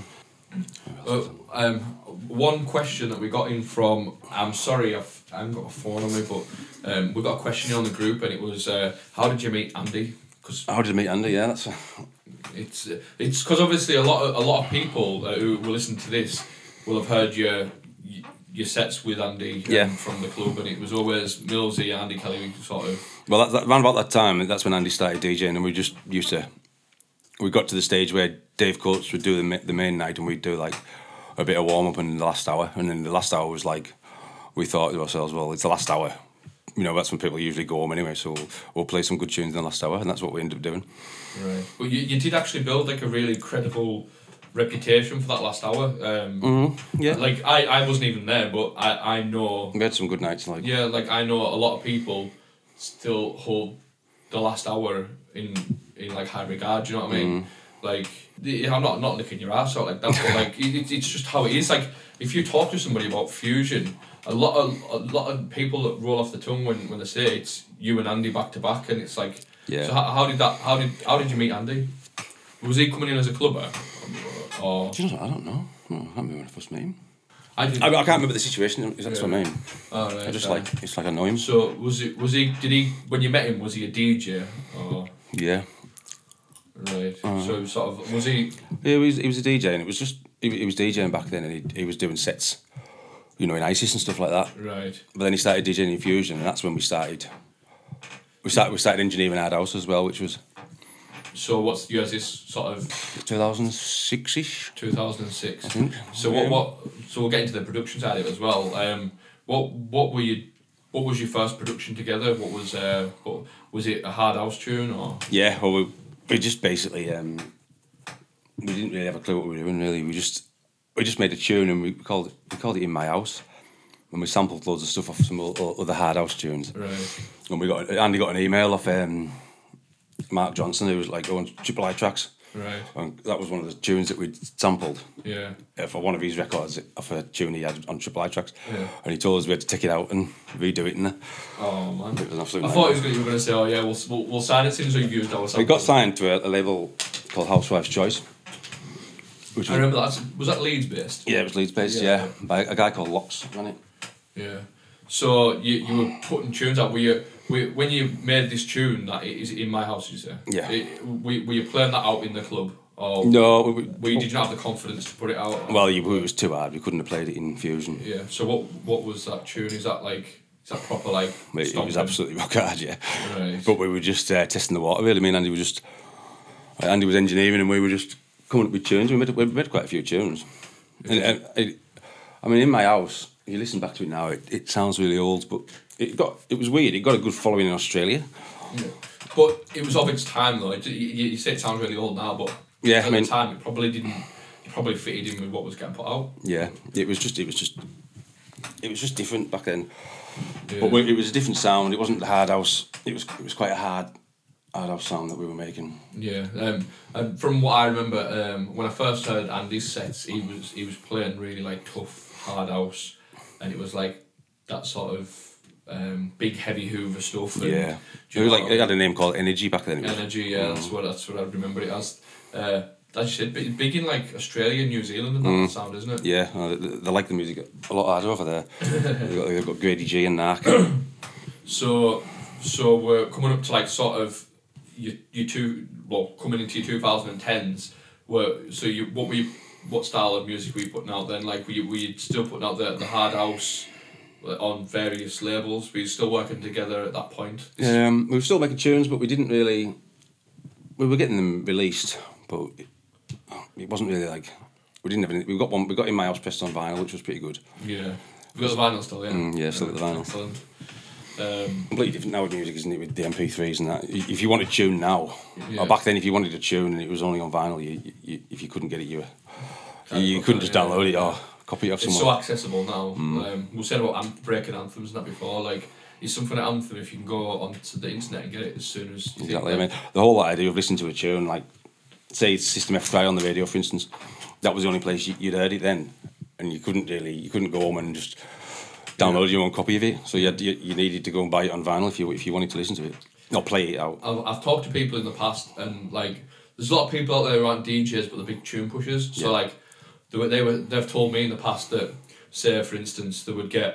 A: Uh, um, one question that we got in from I'm sorry I've I haven't got a phone on me, but um, we got a question on the group and it was uh, how did you meet Andy? Because
E: how did I meet Andy? Yeah, that's
A: It's it's because obviously a lot of, a lot of people uh, who will listen to this will have heard your your sets with Andy um,
E: Yeah.
A: from the club, and it was always Millsy, Andy Kelly, sort of.
E: well, that, that, around about that time, that's when Andy started DJing, and we just used to. We got to the stage where Dave Coates would do the ma- the main night, and we'd do like a bit of warm up in the last hour, and then the last hour was like we thought to ourselves, well, it's the last hour. You know, that's when people usually go home anyway, so we'll play some good tunes in the last hour, and that's what we ended up doing.
A: Right. But you, you did actually build like a really credible reputation for that last hour. Um,
E: Mm-hmm. yeah.
A: Like I, I wasn't even there, but I I know.
E: We had some good nights, like
A: Yeah, like I know a lot of people still hold the last hour in in like high regard. Do you know what I
E: Mm.
A: mean? Like the- I'm not not licking your ass out like that, but like it, it- it's just how it is. Like if you talk to somebody about fusion, a lot of a lot of people that roll off the tongue when, when they say it's you and Andy back to back, and it's like
E: Yeah.
A: So how, how did that? How did how did you meet Andy? Was he coming in as a clubber? Or
E: Do you know what? I don't know. Hmm, I don't remember when I first met him.
A: I did.
E: I, I can't remember the situation. That's what I mean.
A: all right,
E: I just
A: all right.
E: like it's like I know him.
A: So was it? Was he? Did he? When you met him, was he a DJ? Or
E: Yeah.
A: right? So
E: Uh-huh.
A: sort of was he?
E: Yeah, he was, he was a DJ, and it was just he, he was DJing back then, and he, he was doing sets, you know, in ISIS and stuff like that.
A: Right.
E: But then he started DJing in Fusion, and that's when we started. We started we started engineering our house as well, which was
A: So what's yours? Is sort of
E: 2006 ish.
A: 2006.
E: think.
A: So what, what? So we'll get into the production side of it as well. Um, what what were you? What was your first production together? What was uh? What, was it a hard house tune or?
E: Yeah, well, we, we just basically um, we didn't really have a clue what we were doing. Really, we just we just made a tune and we called it we called it in my house, and we sampled loads of stuff off some o- o- other hard house tunes.
A: Right.
E: And we got Andy got an email off um, Mark Johnson who was like going triple I tracks,
A: Right.
E: and that was one of the tunes that we'd sampled
A: Yeah.
E: uh, for one of his records off a tune he had on triple I tracks,
A: Yeah.
E: and he told us we had to take it out and redo it. And uh,
A: Oh man.
E: it was an absolute.
A: I
E: nightmare.
A: thought he was gonna, you were going to say, oh yeah, we'll, we'll, we'll sign it as soon as we've used our
E: We got signed to a, a label called Housewife's Choice.
A: I
E: Which was,
A: remember that. Was that Leeds based?
E: yeah, it was Leeds based,
A: Yeah.
E: yeah. By a guy called Locks, wasn't it?
A: Yeah. So you, you were putting tunes out. Were you, were, you- when you made this tune that i- is in my house? You say.
E: Yeah.
A: It, were, were you playing that out in the club or?
E: No, we, we-
A: We did you not have the confidence to put it out. or-
E: well, you, it was too hard. We couldn't have played it in Fusion.
A: Yeah. So what what was that tune? Is that like is that proper like?
E: It, it was
A: stomping?
E: absolutely <laughs> rock hard, yeah.
A: Right.
E: But we were just uh, testing the water, really. Me and Andy were just, uh, Andy was engineering and we were just coming up with tunes. We made, we made quite a few tunes. And, and it, I mean, in my house, if you listen back to it now, it, it sounds really old, but it got it was weird. It got a good following in Australia.
A: But it was of its time though. It, you, you say it sounds really old now, but
E: Yeah,
A: at
E: I mean-
A: the time it probably didn't. It probably fitted in with what was getting put out.
E: Yeah, it was just it was just it was just different back then.
A: Yeah.
E: But we- it was a different sound. It wasn't the hard house. It was it was quite a hard hard house sound that we were making.
A: Yeah, um, and from what I remember, um, when I first heard Andy's sets, he was he was playing really like tough hard house, and it was like that sort of um, big heavy Hoover stuff. And,
E: Yeah,
A: do
E: Mm. it
A: you
E: was
A: know
E: like
A: what-
E: it had a name called Energy back then. It was,
A: energy. Yeah, that's what that's what I remember it as. Uh, that's it. But big in like Australia, New Zealand, and that
E: Mm.
A: sound, isn't it?
E: yeah, no, they, they like the music a lot harder over
A: <laughs>
E: there. they've, got, they've got Grady G and Narc.
A: So, so we're coming up to like sort of your your two well coming into your two thousand and tens. Were so you what were you what style of music were you putting out then? Like were you, were you still putting out the the hard house uh, on various labels? Were you still working together at that point?
E: um, we were still making tunes, but we didn't really. We were getting them released, but it, it wasn't really like we didn't have any. We got one. We got in my house pressed on vinyl, which was pretty good.
A: Yeah, we got the vinyl still. Yeah,
E: Mm, yeah, still got the vinyl.
A: Excellent. Um,
E: completely different now with music, isn't it? With the MP3s and that. I- If you want a tune now,
A: Yeah.
E: or back then, if you wanted a tune and it was only on vinyl, you, you if you couldn't get it, you you,
A: of
E: you
A: look
E: couldn't
A: at
E: just
A: it,
E: download it
A: Um, yeah.
E: Mm. or copy it off
A: It's so
E: someone.
A: accessible now. Um, we said about anth- breaking anthems and that before. Like, it's something at Anthem if you can go onto the internet and get it as soon as. you
E: exactly. I
A: think,
E: mean, the whole idea of listening to a tune, like say it's System F3 on the radio, for instance, that was the only place you, you'd heard it then, and you couldn't really, you couldn't go home and just download your own copy of it. So you, had, you you needed to go and buy it on vinyl if you if you wanted to listen to it or play it out.
A: I've, I've talked to people in the past and like there's a lot of people out there who aren't DJs but they're big tune pushers so
E: Yeah.
A: like they were, they were they've told me in the past that say for instance they would get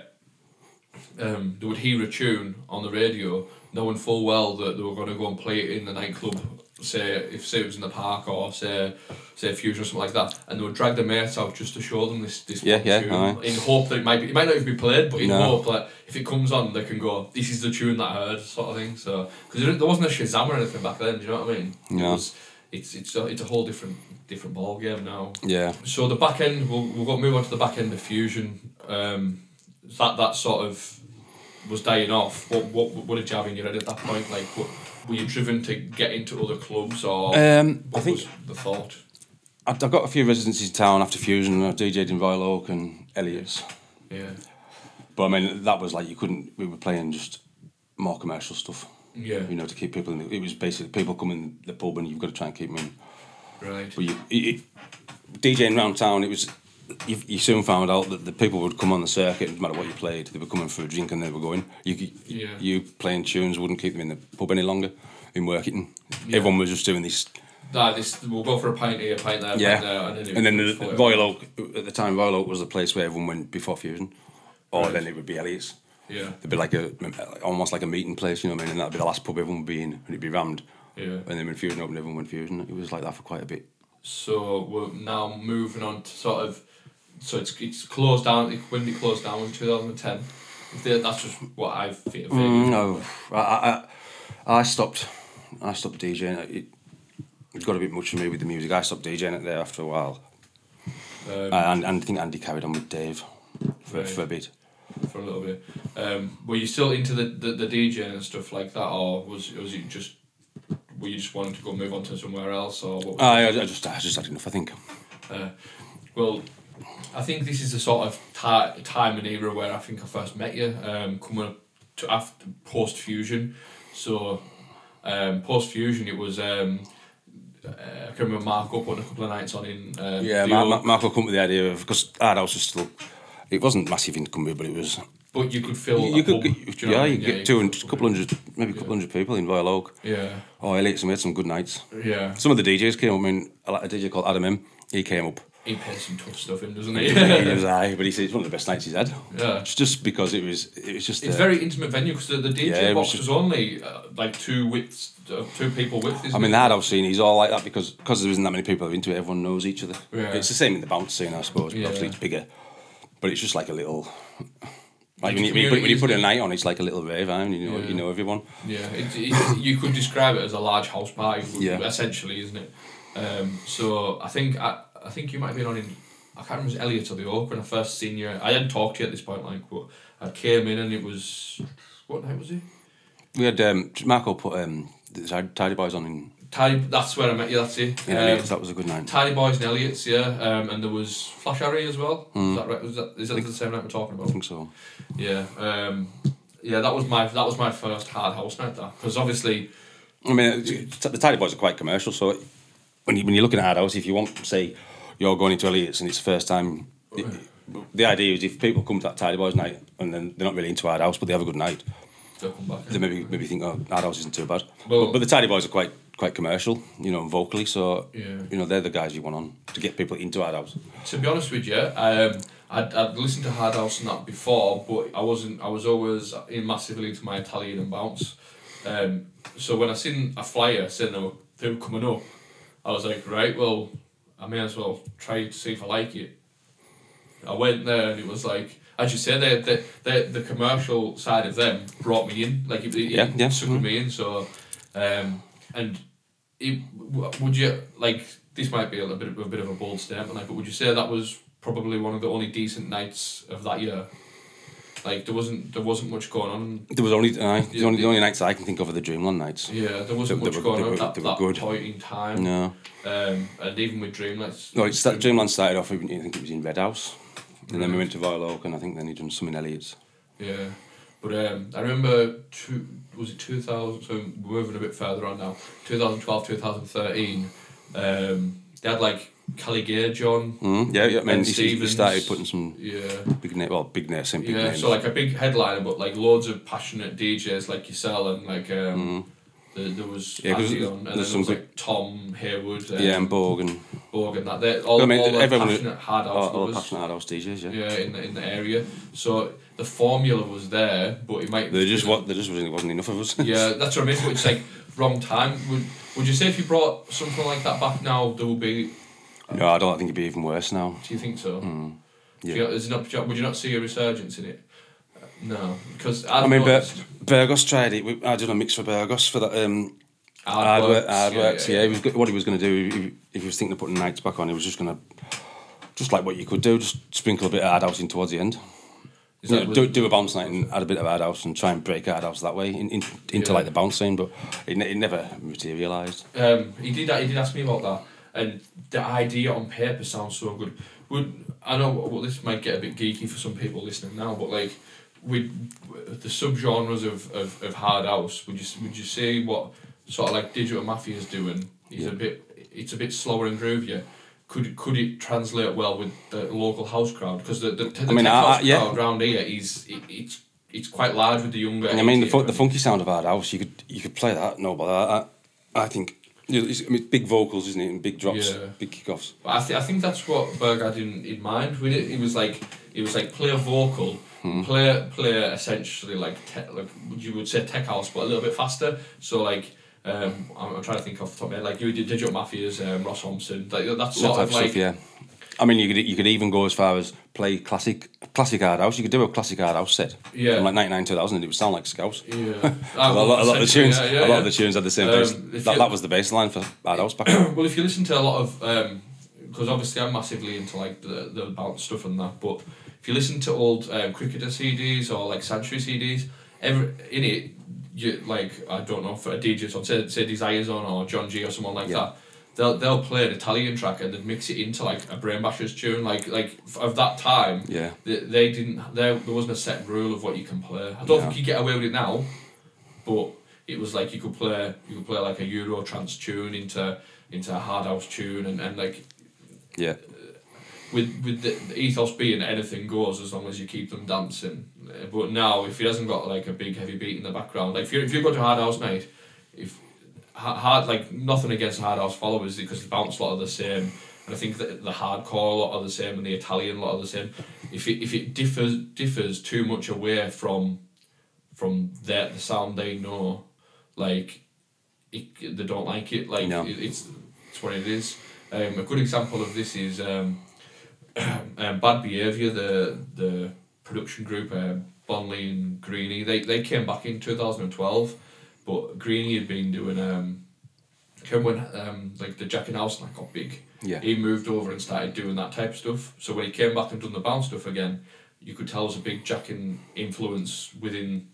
A: um, they would hear a tune on the radio knowing full well that they were going to go and play it in the nightclub say if say it was in the park or say say fusion or something like that and they would drag their mates out just to show them this this
E: Yeah, yeah,
A: tune
E: aye.
A: in hope that it might be it might not even be played but in
E: No.
A: hope but if it comes on, they can go, this is the tune that I heard, sort of thing. So, because there, there wasn't a Shazam or anything back then, do you know what I mean? It
E: Yeah.
A: was, it's, it's, a, it's a whole different different ball game now.
E: Yeah.
A: So the back end, we'll, we'll go move on to the back end of Fusion. Um, that that sort of was dying off. What, what, what did you have in your head at that point? Like, what, were you driven to get into other clubs or
E: Um, I
A: what
E: think
A: was the thought?
E: I, I got a few residencies in town after Fusion. I DJ'd in Royal Oak and Elliot's.
A: Yeah.
E: But I mean, that was like you couldn't. We were playing just more commercial stuff.
A: Yeah.
E: You know, to keep people in. The, it was basically people come in the pub and you've got to try and keep them in.
A: Right.
E: But you, it, it- DJing round town, it was. You, you soon found out that the people would come on the circuit, no matter what you played, they were coming for a drink and they were going. You c-
A: Yeah.
E: you playing tunes wouldn't keep them in the pub any longer. In working, everyone was just doing this
A: Nah, this, we'll go for a pint here, a pint there, a
E: Yeah,
A: pint there. And then, it
E: and then
A: was
E: the,
A: full.
E: Royal Oak at the time, Royal Oak was the place where everyone went before Fusion, or then it would be Elliot's.
A: Yeah.
E: It'd be like a almost like a meeting place, you know what I mean? And that'd be the last pub everyone would be in, and it'd be rammed.
A: Yeah.
E: And then when Fusion opened, everyone went Fusion. It was like that for quite a bit.
A: So we're now moving on to sort of, so it's it's closed down. It, when did it close down? In two thousand and ten. That's just what I feel.
E: Mm. No, I, I, I stopped. I stopped DJing. It, It got a bit much for me with the music. I stopped DJing it there after a while.
A: Um,
E: And, and I think Andy carried on with Dave for, for a bit.
A: for a little bit. Um, were you still into the, the, the DJing and stuff like that, or was was it just were you just wanting to go move on to somewhere else, or what? Was,
E: I, I I just I just had enough, I think.
A: well, I think this is the sort of ti time and era where I think I first met you, um, coming up to after post fusion. So, um, post fusion, it was. Um, uh, I can remember Mark up on a couple of nights on in. Um,
E: Yeah,
A: the
E: Ma-
A: old-
E: Ma- Mark will come with the idea of because our house was still. It wasn't massive in Cumbria, but it was.
A: but you could fill. a
E: you
A: pub,
E: could,
A: do
E: get,
A: know
E: yeah,
A: what I
E: you
A: mean?
E: could get two and a couple hundred, maybe a couple hundred people in Royal Oak.
A: Yeah,
E: Oh, Elliot's made some good nights.
A: yeah.
E: Some of the DJs came up. I mean, a a DJ called Adam M. He came up.
A: He pays some tough stuff in, <laughs> doesn't he?
E: he was aye, but he said it's one of the best nights he's had.
A: Yeah.
E: It's just because it was. It was just.
A: It's
E: uh,
A: very intimate venue because the, the DJ
E: Yeah, it was
A: box
E: just-
A: was only uh, like two widths, uh, two people width. Isn't
E: I mean,
A: it?
E: the hard I've seen, he's all like that because because there isn't that many people into it. Everyone knows each other.
A: Yeah.
E: It's the same in the bounce scene, I suppose. But
A: Yeah.
E: Obviously, it's bigger, but it's just like a little. Like when
A: It's
E: you, when you put, when you put a
A: community,
E: night on, it's like a little rave, and you know
A: Yeah.
E: you know everyone.
A: yeah, it, it, you could describe it as a large house party, w-
E: Yeah.
A: essentially, isn't it? Um, so I think I, I think you might have been on in I can't remember if it was Elliot or the Oak when I first seen you. I hadn't talked to you at this point, like, but I came in and it was what night was it?
E: We had um, Marco put um, the Tide- Tidy Boys on in.
A: Tiny, that's where I met you. That's it.
E: in
A: Um,
E: Elliot's, that was a good night.
A: Tiny Boys and Elliot's, yeah, um, and there was Flash Harry as well. Is that right? Was that, is that the same night we're talking about?
E: I Mm. think so.
A: Yeah, um, yeah, that was my that was my first hard house night. That because obviously,
E: I mean, it's- the Tidy Boys are quite commercial, so when you when you're looking at adults, if you want, say, you're going into Elliot's and it's the first time. the idea is if people come to that Tidy Boys night and then they're not really into our house, but they have a good night,
A: they'll come back.
E: they maybe maybe think, oh, our house isn't too bad.
A: Well-
E: but, but the Tidy Boys are quite quite commercial, you know, and vocally. So
A: Yeah.
E: you know, they're the guys you want on to get people into our house.
A: To be honest with you, um, I'd, I'd listened to hard house and that before, but I wasn't. I was always in massively into my Italian and bounce. Um, so when I seen a flyer saying they were, they were coming up, I was like, right, well, I may as well try to see if I like it. I went there and it was like, as you said, they, they, they, the commercial side of them brought me in. Like, it, it,
E: Yeah, yeah. mm-hmm.
A: suckered me in. So, um, and it, w- would you, like, this might be a little bit, of- a bit of a bold statement, like, but would you say that was probably one of the only decent nights of that year? Like there wasn't there wasn't much going on.
E: There was only, aye, the only the only nights I can think of are the Dreamland nights.
A: Yeah, there wasn't
E: They-
A: much
E: they were-
A: going
E: they
A: on
E: were-
A: at that,
E: they were
A: that
E: good.
A: point in time.
E: No,
A: Um, and even with Dreamlights.
E: no, it's that Dreamland started off. I think it was in Red House, and then we went to Royal Oak, and I think then he done some in Elliot's.
A: Yeah, but um, I remember two was it two thousand? So we're moving a bit further on now. 2012, 2013. Um, they had like Cali Gage on.
E: Mm, yeah, yeah. I mean,
A: And
E: he- he, he
A: Stevens.
E: started putting some
A: Yeah.
E: big name, well, big name, some big
A: Yeah,
E: names.
A: so like a big headliner, but like loads of passionate DJs like yourself and like um, the, there was
E: Mm-hmm. Yeah, 'cause
A: Andy on, and then there
E: there's
A: was
E: some good-
A: like Tom Haywood, um,
E: yeah, and Borg
A: Borg, and that. They all,
E: I mean,
A: all like
E: everyone-
A: passionate hard
E: and
A: house
E: all, all the
A: lovers.
E: passionate adults DJs. Yeah,
A: yeah, in the, in the area. So the formula was there, but it might.
E: there just what there just wasn't, wasn't enough of us. <laughs>
A: Yeah, that's what I mean. But it's like wrong time. Would Would you say if you brought something like that back now, there will be?
E: no, I don't think it'd be even worse now.
A: Do you think so?
E: Hmm. yeah.
A: Do you, is it not, would you not see a resurgence in it? Uh, No, because I've
E: I mean, Ber-
A: noticed
E: Burgos tried it. We, I did a mix for Burgos for that. Um,
A: hard
E: hard
A: works,
E: work, hard works. Yeah, He was, go- what he was going to do, if he, if he was thinking of putting nights back on, he was just going to, just like what you could do, just sprinkle a bit of hard house in towards the end.
A: Is
E: You
A: that
E: know,
A: what-
E: do, do a bounce night and add a bit of hard house and try and break hard house that way in, in, into
A: Yeah.
E: like the bounce scene, but it, ne- it never materialised.
A: um, he did he did ask me about that, and the idea on paper sounds so good. Would I know well, this might get a bit geeky for some people listening now, but like with the subgenres of, of, of hard house, would you would you say what sort of like digital mafia is doing? Is a bit it's a bit slower and groovier. Could could it translate well with the local house crowd? Because the the, the
E: I mean,
A: tech
E: I- I-
A: house
E: yeah.
A: crowd round here is it, it's it's quite large with the younger.
E: I mean, the,
A: age
E: fu-
A: here.
E: the funky sound of hard house, you could you could play that. No, but I, I, I think you know, it's, I mean, big vocals, isn't it, and big drops,
A: Yeah.
E: big kickoffs.
A: But I, th- I think that's what Berg had in, in mind with it. It was like it was like play a vocal,
E: Hmm.
A: play play essentially like te- like you would say tech house, but a little bit faster. So like um, I'm, I'm trying to think off the top of my head. Like you did digital mafias, um, Ross Thompson, like that
E: That
A: sort
E: type
A: of
E: of
A: like
E: stuff, yeah. I mean, you could you could even go as far as play classic classic hard house. You could do a classic hard house set
A: Yeah.
E: from like 99 2000 and it would sound like Scouse.
A: Yeah.
E: <laughs> a, lot, a lot of the
A: Essentially,
E: tunes,
A: yeah, yeah,
E: a lot
A: yeah.
E: of the tunes had the same
A: Um,
E: bass.
A: if
E: That,
A: you-
E: that was the baseline for hard house
A: <coughs>
E: back then.
A: well, if you listen to a lot of, because obviously I'm massively into like the, the bounce stuff and that, but if you listen to old um, cricketer CDs or like Sanctuary CDs, every in it, you like I don't know for a DJ on say, say Desires on or John G or someone like
E: Yeah.
A: that. They'll, they'll play an Italian track and then mix it into like a Brain Bashers tune like like f- of that time
E: Yeah.
A: they, they didn't there, there wasn't a set rule of what you can play I don't
E: No.
A: think you get away with it now but it was like you could play you could play like a Euro trance tune into into a hard house tune and, and like
E: Yeah.
A: with with the, the ethos being anything goes as long as you keep them dancing. Uh, But now if he hasn't got like a big heavy beat in the background, like if you if you go to hard house night, if ha- hard like nothing against hard house followers because the bounce lot are the same. And I think that the hardcore lot are the same and the Italian lot are the same. If it if it differs differs too much away from from their the sound they know, like it, they don't like it. Like
E: No.
A: it, it's it's what it is. Um, a good example of this is um, <clears throat> um, Bad Behaviour, the the production group, um, Bonley and Greeny, they, they came back in 2012, but Greeny had been doing, um, can when um, like the Jack and House like got big,
E: Yeah.
A: he moved over and started doing that type of stuff. So when he came back and done the bounce stuff again, you could tell there was a big Jack and influence within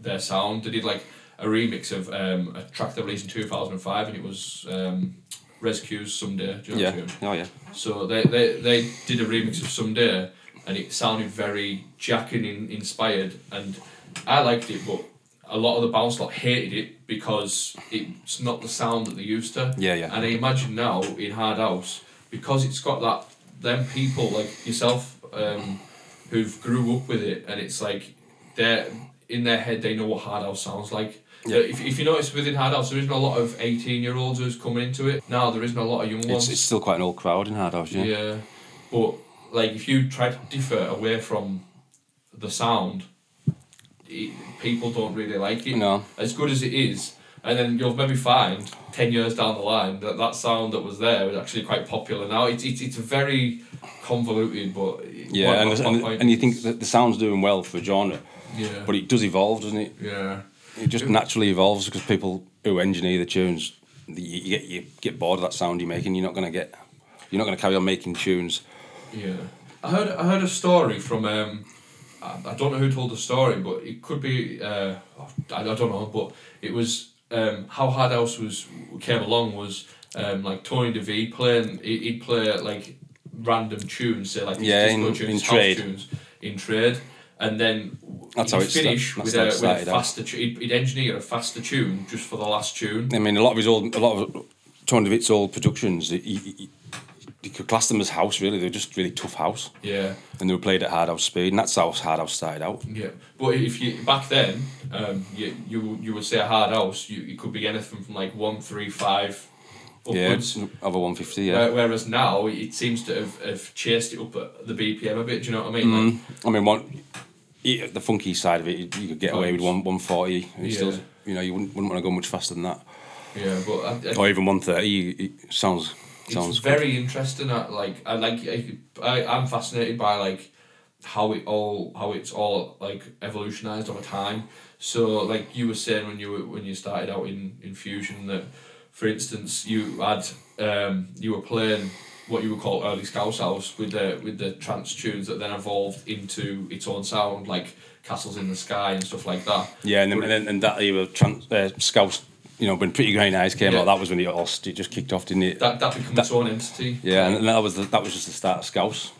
A: their sound. They did like a remix of um, a track they released in 2005, and it was um, Rescues Someday. Do you know that
E: Yeah.
A: tune?
E: Oh, yeah.
A: So they, they, they did a remix of Someday and it sounded very Jackin in, inspired and I liked it but a lot of the bounce lot hated it because it's not the sound that they're used to.
E: Yeah, yeah.
A: And I imagine now in Hard House, because it's got that them people like yourself, um, who've grew up with it and it's like they're in their head they know what hard house sounds like.
E: Yeah.
A: If, if you notice within hard house there isn't a lot of eighteen year olds who's coming into it. Now there isn't a lot of young ones.
E: It's, it's still quite an old crowd in hard house, yeah.
A: Yeah. But like if you try to differ away from the sound, it, people don't really like it.
E: No.
A: As good as it is. And then you'll maybe find ten years down the line that that sound that was there was actually quite popular. Now it's it's, it's very convoluted, but it-
E: Yeah,
A: what-
E: and,
A: what-
E: the-
A: what
E: and,
A: point
E: and you
A: is-
E: think that the sound's doing well for a genre,
A: yeah,
E: but it does evolve, doesn't it?
A: yeah,
E: It just naturally evolves because people who engineer the tunes, you, you get you get bored of that sound you're making. You're not gonna get, you're not gonna carry on making tunes.
A: yeah. I heard I heard a story from um, I, I don't know who told the story, but it could be uh, I, I don't know, but it was um, how Hard House was came along was um, like Tony DeVee playing he- he'd play like random tunes, say like his
E: Yeah,
A: disco
E: in-
A: tunes,
E: in
A: house
E: trade.
A: tunes in trade, and then
E: That's
A: he'd
E: how it sta-
A: finish
E: that's
A: with, a,
E: how it
A: with a
E: started out.
A: faster tu- he'd, he'd engineer a faster tune just for the last tune.
E: I mean, a lot of his old, a lot of Tony DeVitt's old productions, he, he, he- you could class them as house. Really, they were just really tough house,
A: Yeah.
E: and they were played at hard house speed, and that's how hard house started out.
A: Yeah, but if you back then, um, you you you would say a hard house. You it could be anything from like one three five
E: Yeah,
A: upwards.
E: over one fifty. Yeah,
A: Where- Whereas now it seems to have, have chased it up at the BPM a bit. Do you know what I mean? Like,
E: Mm. I mean, one yeah, the funky side of it, you, you could get away with one one forty. You
A: Yeah.
E: still, you know, you wouldn't, wouldn't want to go much faster than that,
A: yeah, but I, I,
E: or even one thirty. It sounds
A: it's
E: sounds
A: very interesting. I, like I like I, I I'm fascinated by like how it all how it's all like evolutionized over time. So like you were saying when you were when you started out in in fusion that, for instance, you had um you were playing what you would call early Scouse House with the with the trance tunes that then evolved into its own sound like Castles in the Sky and stuff like that.
E: Yeah, and then, and then and that era of trans, uh, Scouse, you know, when Pretty Green Eyes came
A: Yeah.
E: out, that was when it all st- it just kicked off, didn't it?
A: That that becomes its own entity.
E: yeah, and that was the, that was just the start of Scouse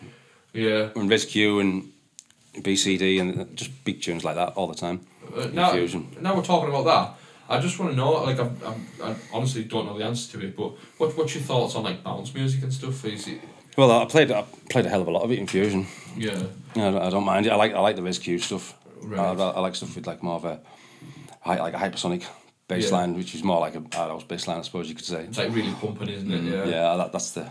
A: Yeah.
E: and Rescue and BCD and just big tunes like that all the time.
A: Uh,
E: in
A: now,
E: Fusion.
A: now we're talking about that. I just want to know, like, I'm, I'm, I honestly don't know the answer to it, but what, what's your thoughts on like bounce music and stuff? Is it,
E: Well, I played I played a hell of a lot of it in Fusion.
A: yeah,
E: Yeah, I don't, I don't mind it. I like I like the Rescue stuff.
A: Right.
E: I, I, I like stuff with like more of a hy- like a hypersonic bass
A: Yeah.
E: line, which is more like a hard house bass line, I suppose you could say.
A: it's like really pumping, isn't it? Yeah.
E: Mm, Yeah, that, that's the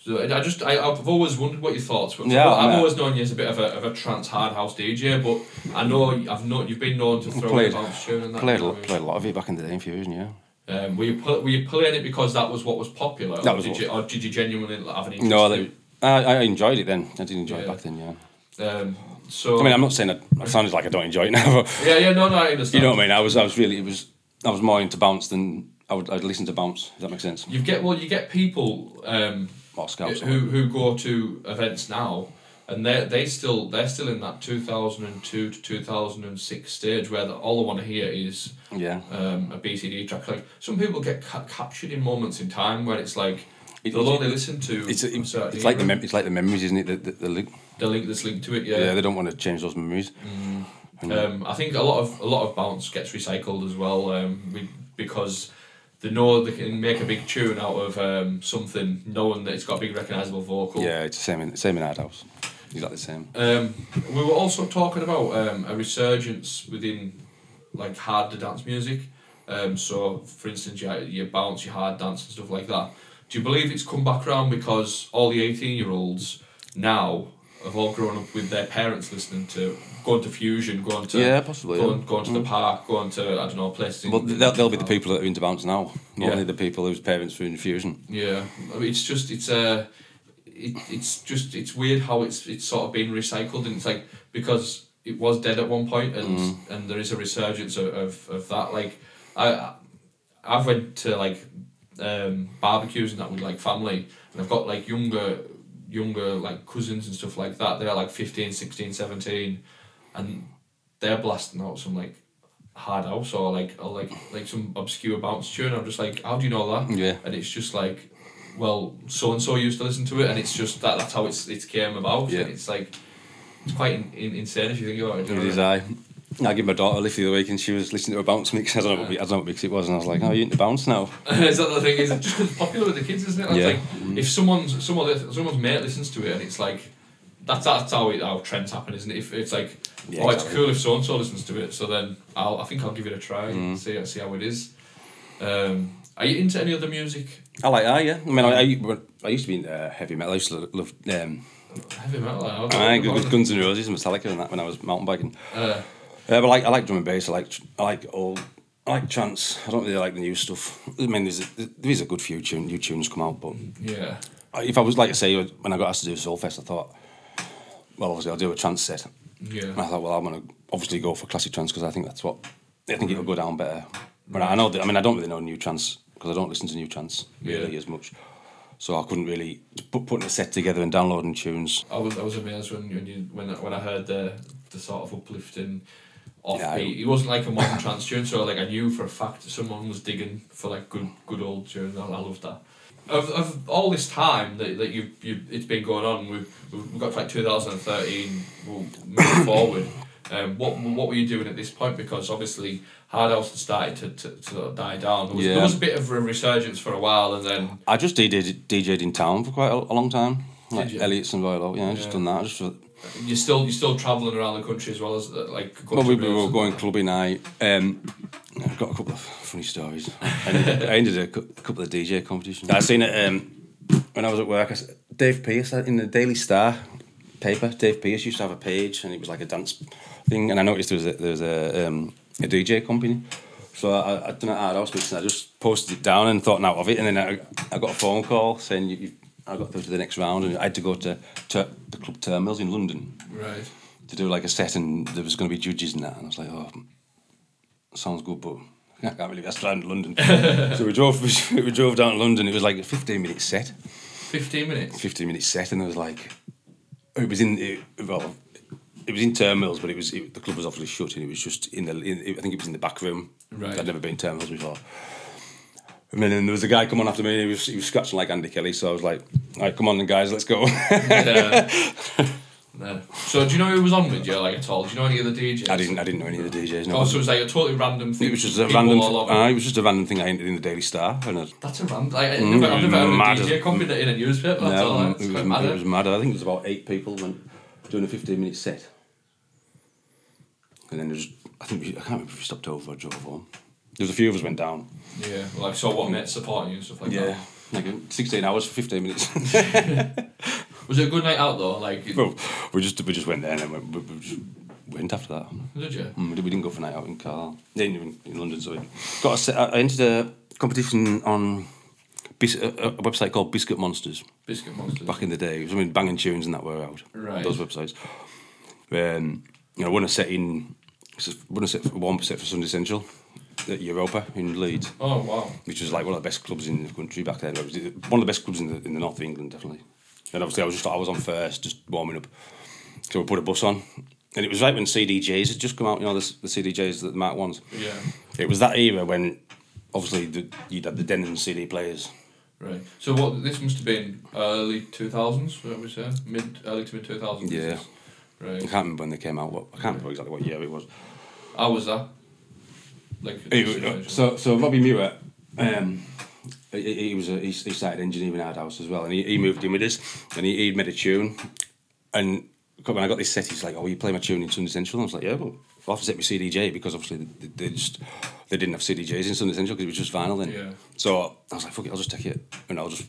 A: So I I just, I, I've always wondered what your thoughts were.
E: Yeah,
A: Well, I've
E: I'm, uh,
A: always known you as a bit of a, of a trance hard house DJ, but I know I've known you've been known to throw
E: Played-
A: a bounce tune and that.
E: played a,
A: you know
E: lo-
A: what I mean?
E: played a lot of it back in the day in Fusion. Yeah.
A: Um, were you pl- were you playing it because that was what was popular?
E: That
A: or
E: was
A: did
E: what-
A: you or did you genuinely have an interest?
E: No,
A: in
E: they, I, I enjoyed it then. I did enjoy it
A: Yeah.
E: back then, yeah.
A: it? Um, so
E: I mean, I'm not saying I, I sounded like I don't enjoy it <laughs> now, but
A: yeah, yeah, no, no, I understand.
E: you know what I mean? I was, I was really, it was, I was more into bounce than I would, I'd listen to bounce, if that makes sense.
A: You get well, you get people um,
E: Or scouts.
A: who who go to events now, and they they still they're still in that two thousand and two to two thousand and six stage where the, all they want to hear is
E: yeah.
A: um, a BCD track. Like some people get ca- captured in moments in time where it's like
E: It-
A: they'll only listen to
E: It's,
A: a
E: it's,
A: certain
E: it's like the
A: era.
E: mem- it's like the memories, isn't it? The, the, the link.
A: the link that's linked to it.
E: Yeah. they don't want to change those memories.
A: Um, I think a lot of a lot of bounce gets recycled as well, um, we, because they know they can make a big tune out of um, something, knowing that it's got a big recognisable vocal.
E: Yeah, it's the same in same in our house. Exactly the same.
A: Um, we were also talking about um, a resurgence within like harder dance music. Um, so, for instance, your, your bounce, your hard dance, and stuff like that. Do you believe it's come back around because all the 18 year olds now have all grown up with their parents listening to going to fusion, going to
E: Yeah, possibly,
A: going,
E: yeah. Mm.
A: going to the park, going to I don't know places. in-
E: Well, they'll, they'll be the people that are into bounce now, not
A: Yeah.
E: only the people whose parents were in fusion.
A: Yeah, I mean, it's just it's uh, it, it's just it's weird how it's it's sort of been recycled and it's like because it was dead at one point and and there is a resurgence of, of, of that like I I've went to like um, barbecues and that with like family and I've got like younger younger like cousins and stuff like that they're like 15 16 17 and they're blasting out some like hard house or like or like like some obscure bounce tune I'm just like how do you know that
E: Yeah.
A: and it's just like well so and so used to listen to it and it's just that that's how it's it came about
E: Yeah.
A: and it's like it's quite in, in, insane if you think about it, do you
E: It
A: know
E: is uh,
A: what I mean?
E: I. I gave my daughter a lift the other week and she was listening to a bounce mix. I don't know what, I don't know what mix it was, and I was like, "Oh, you into bounce now?"
A: <laughs> is that the thing is it just 'cause it's popular with the kids isn't it that's
E: Yeah.
A: like if someone's someone li- someone's mate listens to it and it's like that's that's how it, how trends happen isn't it if it's like
E: Yeah,
A: oh it's
E: exactly.
A: cool if so and so listens to it so then I'll I think I'll give it a try
E: Mm.
A: and see see how it is um, are you into any other music
E: I like I yeah. I mean, I, I, I used to be into uh, heavy metal. I used to love um,
A: heavy metal I don't
E: I
A: know.
E: good with Guns N' Roses, Metallica, and that when I was mountain biking.
A: uh,
E: Yeah, but I like I like drum and bass. I like I like old. I like trance. I don't really like the new stuff. I mean, there's a, there is a good few tune, new tunes come out, but
A: yeah
E: if I was like I say when I got asked to do a soul fest, I thought, well, obviously I'll do a trance set. And I
A: yeah
E: thought, well, I'm gonna obviously go for classic trance because I think that's what I think it'll go down better. But I know that I mean I don't really know new trance because I don't listen to new trance really
A: Yeah.
E: as much. So I couldn't really put putting a set together and downloading tunes.
A: I was I was amazed when when you when I- when I heard the the sort of uplifting offbeat.
E: Yeah, I-
A: it wasn't like a
E: <laughs>
A: modern trance tune, so like I knew for a fact that someone was digging for like good good old tunes. I, I loved that. Of, of all this time that, that you you it's been going on, we've we've got to like two thousand and thirteen. We'll move <coughs> forward. Um, what what were you doing at this point? Because obviously hard house had started to, to, to sort of die down. There was,
E: Yeah.
A: there was a bit of a resurgence for a while, and then
E: I just DJed, DJed in town for quite a, a long time. Like
A: you?
E: Elliot's and Royal Oak, yeah, I just
A: Yeah.
E: done that. Just for,
A: you're still you're still traveling around the country as well as uh, like. going
E: Well,
A: to
E: we, we
A: raves
E: were
A: and-
E: going clubbing night. Um, I've got a couple of funny stories. I ended, I ended a, cou- a couple of DJ competitions. I seen it um, when I was at work. I s Dave Pierce uh, in the Daily Star paper. Dave Pierce used to have a page, and it was like a dance thing. And I noticed there was a, there was a, um, a DJ company. So I, I done it at our house, and I just posted it down and thought out of it. And then I, I got a phone call saying you, you, I got through to the next round, and I had to go to, to the club Terminals in London
A: Right.
E: to do like a set and there was going to be judges and that and I was like oh sounds good but <laughs> I can't believe that's down in London
A: <laughs>
E: so we drove <laughs> we drove down to London it was like a 15 minute set
A: 15 minutes. <laughs>
E: 15 minute set and there was like it was in it, well it was in Terminals but it was it, the club was obviously shut and it was just in the in, I think it was in the back room
A: Right.
E: I'd never been to Terminals before and then there was a guy come on after me and he was, he was scratching like Andy Kelly so I was like alright come on then guys let's go <laughs>
A: Yeah. uh, no. So, do you know who was on with you, like at all? Do you know any of the DJs?
E: I didn't I didn't know any of the DJs no
A: Oh, so it was like a totally random thing.
E: It was just a
A: people
E: random.
A: all
E: Th-
A: over.
E: uh, it was just a random thing I entered in the Daily Star, and I,
A: That's a random. Like, I've never, I've never
E: Mad
A: heard of
E: as-
A: a DJ company that in a newspaper. That's all.
E: no, it,
A: It's
E: was, it,
A: quite
E: was,
A: mad,
E: mad,
A: eh?
E: I think it was about eight people went doing a fifteen-minute set, and then there was, I think we, I can't remember if we stopped over or drove home. There was a few of us went down.
A: Yeah. Like, so what met supporting you and stuff like that.
E: like uh, sixteen hours for fifteen minutes. <laughs>
A: Was it a good night out though? Like,
E: well, we just we just went there and then we, we, we just went after that.
A: did you?
E: Mm, We didn't go for a night out in Carlisle. Then in, in London, so we got a set. I I entered a, competition on bis- a, a website called Biscuit Monsters
A: Biscuit Monsters.
E: back in the day. It was, I mean, banging tunes and that were out.
A: Right.
E: Those websites. Um, you know, won a set in, won a set for one set for Sunday Central at Europa in Leeds,
A: Oh wow.
E: which was like one of the best clubs in the country back then. It was one of the best clubs in the, in the north of England, definitely. And obviously, I was just I was on first, just warming up. So we put a bus on, and it was right when CDJs had just come out. You know, the, the CDJs that the Mark ones.
A: Yeah.
E: It was that era when, obviously, the, you'd had the Denon CD players.
A: Right. So what this must have been early two thousands, what we say? Mid early to mid two thousands.
E: Yeah. I
A: Right.
E: can't remember when they came out. What I can't remember exactly what year it was.
A: How was that? Like
E: Anyway, so so Robbie Muir, um, he, he was a, he, he started engineering our house as well, and he, he moved in with us, and he, he made a tune, and when I got this set, he's like, "Oh, you play my tune in Sunday Central?" And I was like, "Yeah, well, I'll have to set my CDJ because obviously they, they just they didn't have CDJs in Sunday Central because it was just vinyl then."
A: Yeah.
E: So I was like, "Fuck it, I'll just take it, and I'll just."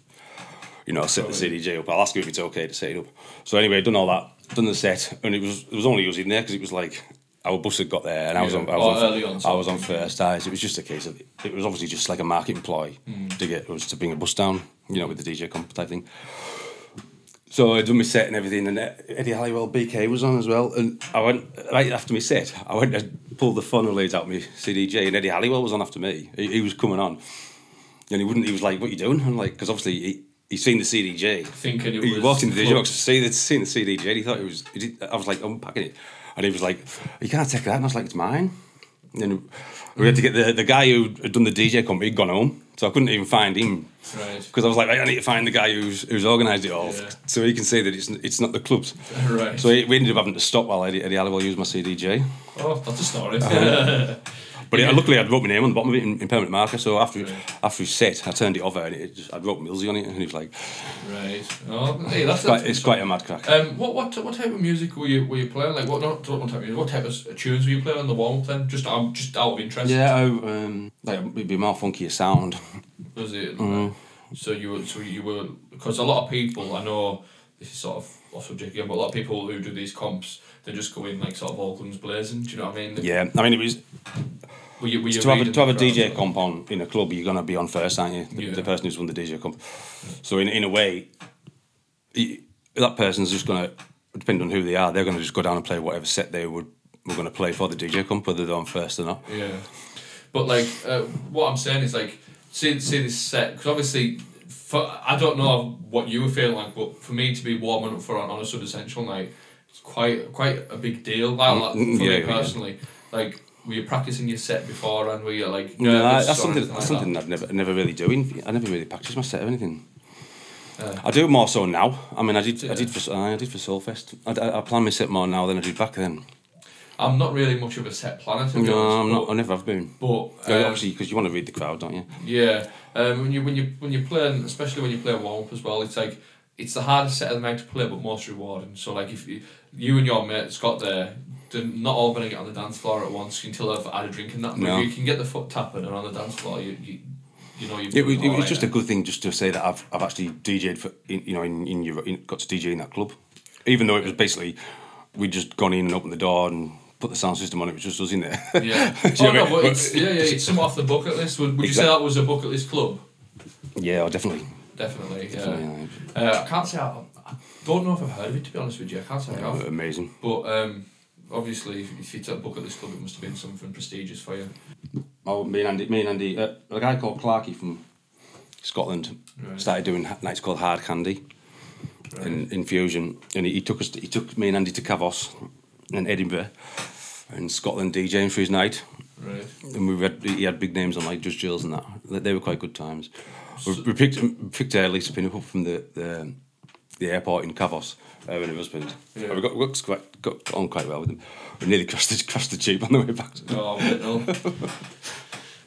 E: You know, I'll set the CDJ up. I'll ask you if it's okay to set it up. So anyway, done all that, done the set, and it was it was only us in there because it was like our bus had got there, and I was
A: Yeah.
E: on, I was
A: Oh,
E: on,
A: early on,
E: I
A: so-
E: was on first eyes. It was just a case of it was obviously just like a market ploy
A: Mm.
E: to get us to bring a bus down, you know, with the DJ comp type thing. So I done my set and everything, and Eddie Halliwell BK was on as well. And I went right after my set, I went and pulled the funnel leads out my CDJ, and Eddie Halliwell was on after me. He, he was coming on, and he wouldn't. He was like, "What you doing?" I'm like, because obviously he he seen the CDJ,
A: Thinking it
E: he
A: was
E: walked into the DJ
A: club.
E: box, see the seen the CDJ, and he thought it was. He did, I was like unpacking it, and he was like, "You can't take that," and I was like, "It's mine." And then we had to get the the guy who had done the DJ company had gone home, so I couldn't even find him
A: Right. <laughs>
E: because I was like, right, I need to find the guy who's who's organised it all,
A: Yeah.
E: so he can say that it's it's not the clubs.
A: Right.
E: So we ended up having to stop while Eddie, Eddie Halliwell used my CDJ.
A: Oh, that's a story.
E: Uh-huh. But it, luckily, I'd wrote my name on the bottom of it in, in permanent marker. So after
A: Right.
E: after he set, I turned it over and it just, I wrote Millsy on it, and he was like,
A: <laughs> right. Oh, hey, that's,
E: it's quite,
A: that's
E: it's quite a mad crack.
A: Um, what what what type of music were you were you playing? Like what not, not what type of music? What type of tunes were you playing on the warm up then? Just um, just out of interest.
E: Yeah, I, um, like it'd be more funkier sound.
A: Was it?
E: Uh-huh.
A: So you were so you were because a lot of people I know this is sort of off subject again, but a lot of people who do these comps they just go in like sort of all guns blazing. Do you know what I mean?
E: Yeah, I mean it was
A: Were you, were you
E: to have a,
A: reading
E: to have a
A: the crowd,
E: DJ
A: so-
E: comp on in a club. You're gonna be on first, aren't you? The,
A: Yeah.
E: the person who's won the DJ comp. So in in a way, he, that person's just gonna depending on who they are. They're gonna just go down and play whatever set they would were gonna play for the DJ comp, whether they're on first or not.
A: Yeah, but like uh, what I'm saying is like see see this set because obviously for I don't know what you were feeling like, but for me to be warming up for on, on a Sunday Central night, it's quite quite a big deal. Like, like, for
E: mm, yeah,
A: me
E: yeah.
A: personally, like were you practicing your set before and were you like nervous
E: No,
A: or
E: that's something.
A: anything
E: That's
A: like
E: something I've never never really doing. I never really practice my set or anything.
A: Uh.
E: I do more so now. I mean, I did. I did for. I did for Soulfest. I, I, I plan my set more now than I did back then.
A: that? I'm not really much of a set planner. To be
E: No,
A: honest,
E: I'm not. I never have been.
A: But
E: Yeah,
A: um,
E: obviously, because you want to read the crowd, don't you?
A: Yeah, um, when you when you when you're playing, especially when you play warm up as well, it's like it's the hardest set of the night to play, but most rewarding. So like if you, you and your mate Scott there, they're not all gonna get on the dance floor at once until they've had a drink and that. But
E: No.
A: if you can get the foot tapping and on the dance floor, you you, you know you.
E: It, was- it was just a good thing just to say that I've, I've actually DJed for in, you know in, in Europe, in, got to DJ in that club, even though it was basically we just gone in and opened the door and put the sound system on. It was just us in there.
A: Yeah.
E: Do you
A: oh, no,
E: know what I mean?
A: but it's, yeah, yeah, it's somewhat off the bucket list. Would, would you say
E: Exact-
A: that was a bucket list club?
E: <laughs> yeah, oh, definitely.
A: Definitely. Yeah.
E: Definitely,
A: Uh, I can't say I, I don't know if I've heard of it to be honest with you. I can't say I
E: Oh.
A: have.
E: Amazing.
A: But um, obviously, if, if you took a book at this club, it must have been something prestigious for you.
E: Oh, me and Andy, me and Andy, uh, a guy called Clarkey from Scotland
A: Right.
E: started doing ha- nights called Hard Candy in Infusion, and he, he took us, he took me and Andy to Cavos in Edinburgh, and Scotland DJing for his night,
A: Right.
E: and we had he had big names on like Judge Jules and that. They- They were quite good times. We, we picked we picked uh, Lisa Pinnock up from the the, the airport in Cavos. Uh, with her husband,
A: Yeah.
E: we got, got quite got on quite well with him. We nearly <laughs> crashed the, crashed the jeep on the way back.
A: Oh, I don't know.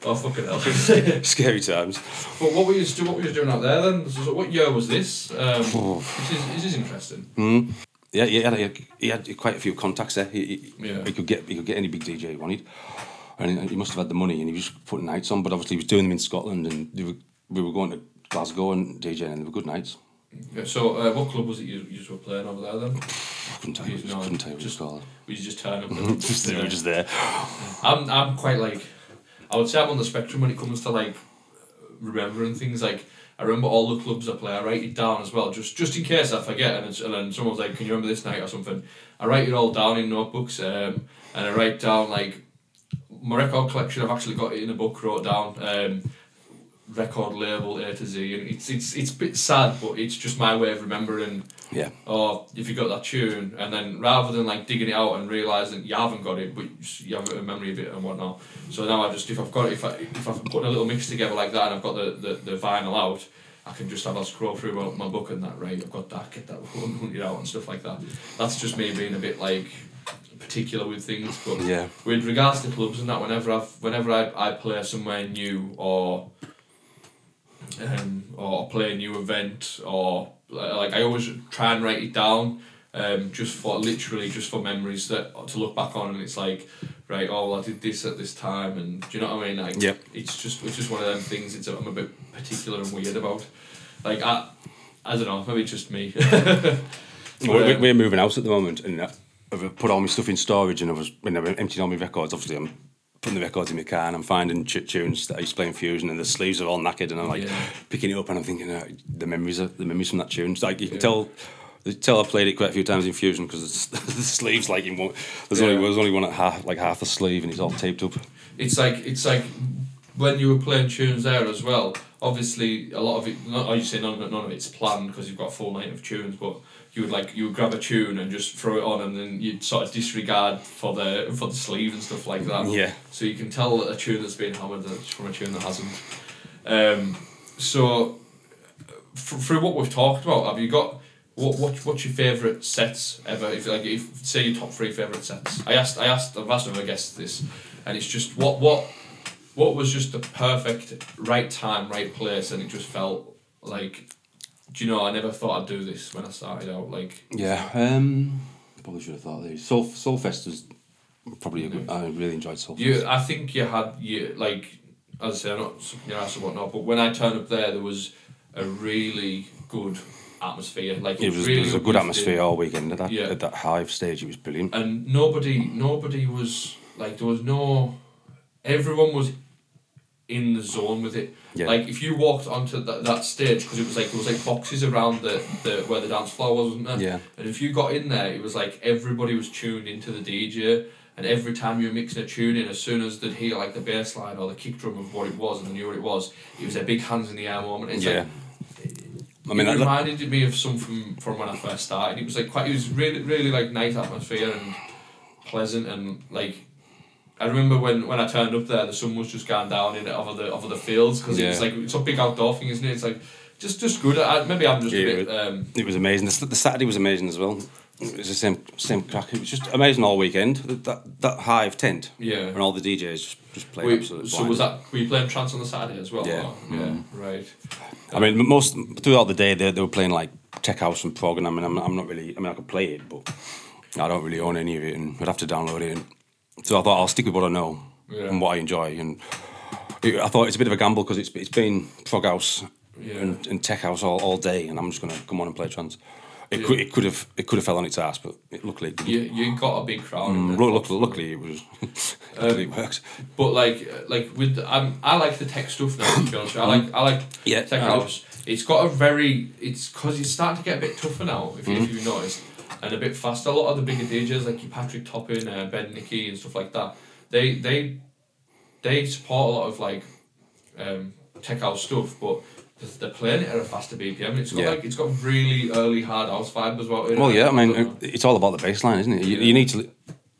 A: oh, fucking hell.
E: Scary times.
A: <laughs> but what were you do? What were you doing out there then? So, so what year was this? Um, this is this is interesting.
E: Yeah, he had, he had, he had quite a few contacts there. He, he,
A: Yeah.
E: he could get he could get any big DJ he wanted, and he must have had the money, and he was putting nights on. But obviously, he was doing them in Scotland, and they were, we were going to Glasgow and DJing, and they were good nights.
A: Yeah, so uh, what club was it you, you just were playing over there then?
E: I couldn't tell you,
A: He's
E: just
A: not-
E: couldn't tell you what it's
A: just-
E: called.
A: We just turn up. and-
E: <laughs> Just they were just there.
A: I'm I'm quite like I would say I'm on the spectrum when it comes to like remembering things. Like I remember all the clubs I play. I write it down as well, just just in case I forget. And it's, and then someone's like, "Can you remember this night or something?" I write it all down in notebooks. Um, and I write down like my record collection. I've actually got it in a book. Wrote down. Um, record label A to Z and it's it's it's a bit sad but it's just my way of remembering
E: Yeah.
A: or if you got that tune, and then rather than like digging it out and realizing you haven't got it, but you s- you have a memory of it and whatnot. So now I just if I've got it, if I if I've put a little mix together like that, and I've got the the, the vinyl out, I can just have a scroll through my, my book and that right. I've got that, get that <laughs> one hundred out and stuff like that. That's just me being a bit like particular with things, but
E: Yeah.
A: with regards to clubs and that, whenever I've whenever I, I play somewhere new or um, or play a new event or like I always try and write it down um, just for literally just for memories that to look back on and it's like right oh well, I did this at this time and do you know what I mean like
E: Yep.
A: it's just it's just one of them things it's I'm a bit particular and weird about like I I don't know maybe it's just me <laughs>
E: We're, we're-
A: um,
E: we're moving house at the moment, and I- I've put all my stuff in storage, and I was when I emptied all my records. Obviously, I'm putting the records in my car, and I'm finding ch- tunes that I used to play in Fusion, and the sleeves are all knackered, and I'm like
A: Yeah.
E: picking it up, and I'm thinking oh, the memories, are, the memories from that tune. It's like you can tell. you can Tell I played it quite a few times in Fusion because <laughs> the sleeves like in one. There's only
A: Yeah.
E: there's only one at half like half the sleeve and it's all taped up.
A: it's like it's like when you were playing tunes there as well. Obviously, a lot of it. Not, or you say none of it. None of it's planned because you've got a full night of tunes. But you would like you would grab a tune and just throw it on, and then you'd sort of disregard for the for the sleeve and stuff like that.
E: Yeah.
A: So you can tell a tune that's been hammered that- from a tune that hasn't. Um, so f- through what we've talked about, have you got what what what's your favourite sets ever? If like if say your top three favourite sets. I asked I asked I've asked other guests this, and it's just what what what was just the perfect right time, right place, and it just felt like. Do you know? I never thought I'd do this when I started out. Like,
E: Yeah, um, probably should have thought of these. Soul Soulfest was probably a good, I really enjoyed Soulfest.
A: You, I think you had you like, as I say, I'm not s- your ass and whatnot, but when I turned up there, there was a really good atmosphere. Like
E: It was,
A: really
E: there was a good
A: uplifting.
E: atmosphere all weekend at that,
A: Yeah.
E: at that hive stage. It was brilliant.
A: and nobody, nobody was like there was no, everyone was in the zone with it.
E: Yeah.
A: Like if you walked onto that, that stage because it was like there was like boxes around the, the where the dance floor was, wasn't there?
E: Yeah.
A: And if you got in there, it was like everybody was tuned into the DJ, and every time you were mixing a tune in, as soon as they'd hear like the bass line or the kick drum of what it was and they knew what it was, it was a big hands in the air moment. It's
E: yeah,
A: like
E: I mean,
A: it
E: that, that-
A: reminded me of something from when I first started. It was like quite. It was really, really like nice atmosphere and pleasant and like. I remember when, when I turned up there, the sun was just going down in it over the over the fields because it's
E: Yeah.
A: like it's a big outdoor thing, isn't it? It's like just just good. I, maybe I'm just
E: Yeah,
A: a bit.
E: but-
A: Um,
E: it was amazing. The, s- the Saturday was amazing as well. It was the same same crack. It was just amazing all weekend. That that, that hive tent.
A: Yeah.
E: and all the DJs just, just played.
A: we,
E: absolutely
A: so was that were you playing trance on the Saturday as well?
E: Yeah. Mm.
A: or- yeah, right.
E: I mean, m- most throughout the day they, they were playing like tech house and prog, and I mean, I'm, I'm not really. I mean, I could play it, but I don't really own any of it, and I'd have to download it. And so I thought I'll stick with what I know
A: Yeah.
E: and what I enjoy, and it, I thought it's a bit of a gamble because it's it's been prog house
A: Yeah.
E: and, and tech house all, all day, and I'm just gonna come on and play trance. It could it could have it could have fell on its ass, but it, luckily it didn't.
A: You you got a big crowd. in there.
E: Lu- luckily, luckily it was. <laughs> luckily
A: Um,
E: it worked.
A: But like like with um, I like the tech stuff now. To be honest, I like I like
E: Yeah,
A: tech
E: I do.
A: house. It's got a very it's because it's starting to get a bit tougher now. If, you
E: Mm-hmm.
A: if you've noticed, and a bit faster. A lot of the bigger DJs like your Patrick Toppin, uh, Ben Nicky, and stuff like that. They they they support a lot of like um, tech house stuff, but th- they're playing it at a faster BPM. It's got
E: Yeah.
A: like it's got really early hard house vibe as well. uh,
E: Well, yeah, I mean,
A: don't know.
E: it's all about the baseline, isn't it? You,
A: Yeah.
E: you need to. li-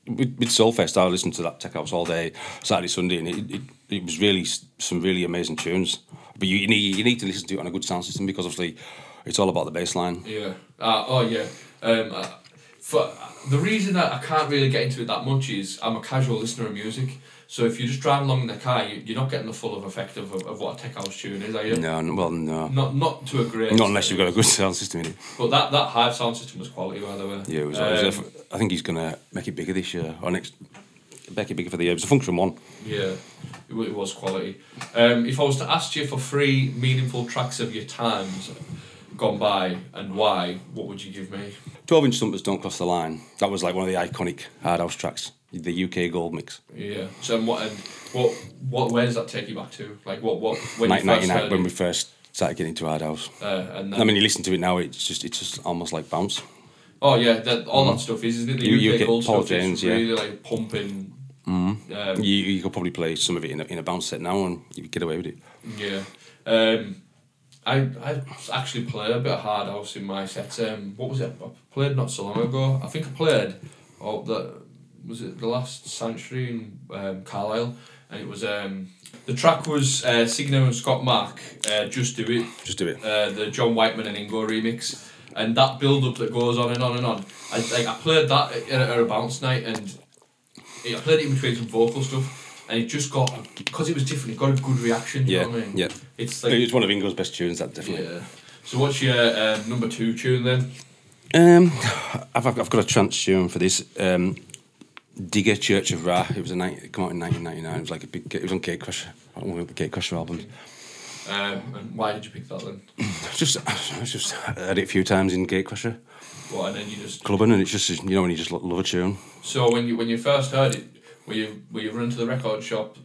E: With, with Soulfest, I listened to that tech house all day, Saturday, Sunday, and it, it, it was really s- some really amazing tunes. But you, you need you need to listen to it on a good sound system because obviously, it's all about the baseline.
A: Yeah. Uh, oh yeah. Um, uh, for the reason that I can't really get into it that much is I'm a casual listener of music. So if you just drive along in the car, you, you're not getting the full of effect of, of what a tech house tune is, are you?
E: No, n- well, no,
A: Not not to a great.
E: not unless you've
A: extent.
E: got a good sound system in it.
A: But that that Hive sound system was quality by the way.
E: Yeah, it was,
A: Um,
E: it was eff- I think he's gonna make it bigger this year or next. Make it bigger for the year. It was a function one.
A: Yeah, it, wa- it was quality. Um, if I was to ask you for three meaningful tracks of your times, gone by and why, what would you give me?
E: 12 inch thumpers don't cross the line. That was like one of the iconic hard house tracks, the UK gold mix.
A: Yeah. So and what and what what where does that take you back to? Like what what when you first
E: 1999
A: heard
E: when we
A: it,
E: first started getting into hard house.
A: uh, and then,
E: I mean, you listen to it now, it's just it's just almost like bounce.
A: oh yeah, that, all that stuff is isn't it? The
E: mm. You- you
A: UK
E: get
A: gold
E: Paul
A: stuff is
E: Jones, yeah. Mm.
A: really like pumping. Um,
E: You, you could probably play some of it in a, in a bounce set now and you could get away with it.
A: yeah. Um, I I actually played a bit of hard house in my set. Um, what was it? I played not so long ago. I think I played. Oh, the was it the last Sanctuary in um, Carlisle, and it was um. The track was uh, Signo and Scott Mark, uh, Just Do It,
E: Just do it.
A: uh, the John Whiteman and Ingo remix, and that build up that goes on and on and on. I like I played that at, at a bounce night, and it, I played it in between some vocal stuff, and it just got because it was different. It got a good reaction. You
E: Yeah,
A: know what I mean?
E: yeah.
A: It's like
E: It's one of Ingo's best tunes, that definitely.
A: yeah. So what's your uh, number two tune then?
E: Um, I've, I've I've got a trance tune for this. Um, Digger Church of Ra. It was a night. It came out in 1999. It was like a big. It was on Gatecrusher. I don't know the Gatecrusher album.
A: Um, and why did you pick that then?
E: Just I don't know, it's just I heard it a few times in Gatecrusher
A: What and then you just
E: clubbing, and it's just you know when you just lo- love a tune.
A: so when you when you first heard it, were you were you run to the record shop?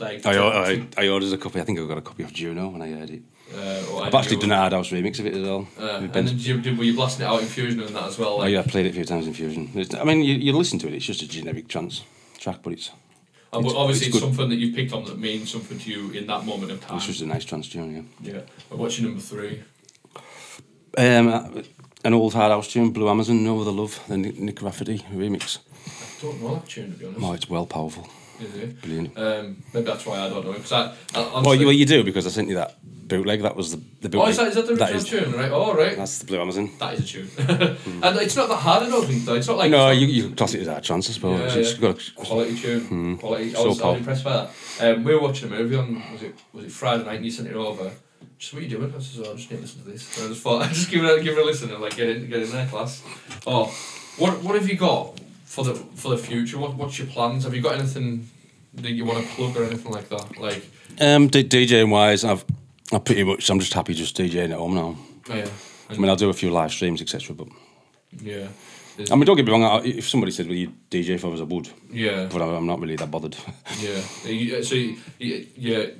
A: Like
E: I, or- I I ordered a copy. I think I got a copy of Juno when I heard it.
A: uh, or
E: I've actually
A: you-
E: done a hard house remix of it as well.
A: Uh,
E: with
A: and
E: Ben's-
A: then did you, did, were you blasting it out in fusion and that as well?
E: oh
A: Like,
E: yeah, I played it a few times in Fusion. It's- I mean, you, you listen to it. It's just a generic trance track, but it's
A: And
E: It's-
A: obviously,
E: it's
A: it's,
E: good.
A: something that you've picked on that means something to you in that moment of time.
E: it's just a nice trance tune. Yeah.
A: yeah. And what's your number three?
E: Um, uh, an old hard house tune, Blue Amazon, No Other Love, the Nick, Nick Rafferty remix.
A: I don't know that tune to be honest.
E: Oh, it's well powerful.
A: Is it?
E: Brilliant.
A: Um, maybe that's why I don't know because I, I honestly,
E: Well you, well, you do because I sent you that bootleg. That was the, the bootleg.
A: oh, is that, is that the original tune? Right. Oh, right.
E: That's the Blue Amazon.
A: That is a tune. <laughs> and it's not that hard. I don't think though. It's not like
E: No,
A: it's
E: you, you can class it as our trance, I suppose.
A: Oh, Yeah,
E: it's
A: yeah.
E: just got a,
A: quality tune. Quality. I
E: Hmm. So
A: was, I
E: pop.
A: was impressed by that. Um, we were watching a movie on was it was it Friday night and you sent it over. Just what are you doing? I said, oh, I just need to listen to this. And I just thought, <laughs> I just give it a, give it a listen and like get in get in there, class. Oh, what what have you got for the for the future? What what's your plans? Have you got anything that you want to plug or anything like that? Like,
E: um, D- DJing wise, I've I pretty much I'm just happy just DJing at home now.
A: yeah,
E: I mean, I'll do a few live streams, etc. But
A: yeah,
E: I mean, don't get me wrong. I- If somebody said, "Will you DJ for us?" I would,
A: yeah,
E: but I'm I'm not really that bothered.
A: yeah. You- So you, you, you-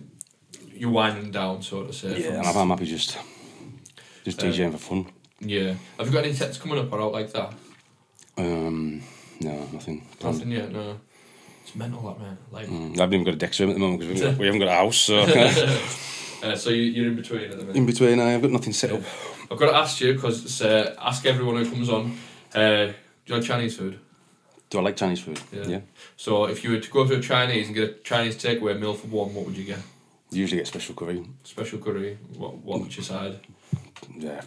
A: you're winding down, so to
E: <laughs>
A: say.
E: and I'm I'm happy just just DJing for fun.
A: yeah. Have you got any sets coming up or out like that?
E: Um, no, nothing planned.
A: Nothing yet, no. It's mental, that man. Like,
E: Mm, I haven't even got a deck room at the moment because we, haven't got- we haven't got a house. So
A: uh, so you, you're in between at the
E: <laughs> in
A: minute.
E: between, I've got nothing set up.
A: I've got to ask you because uh, ask everyone who comes on. Uh, do you like Chinese food?
E: Do I like Chinese food?
A: Yeah. So if you were to go to a Chinese and get a Chinese takeaway meal for one, what would you get?
E: Usually get special curry.
A: Special curry. What what would you side?
E: Yeah,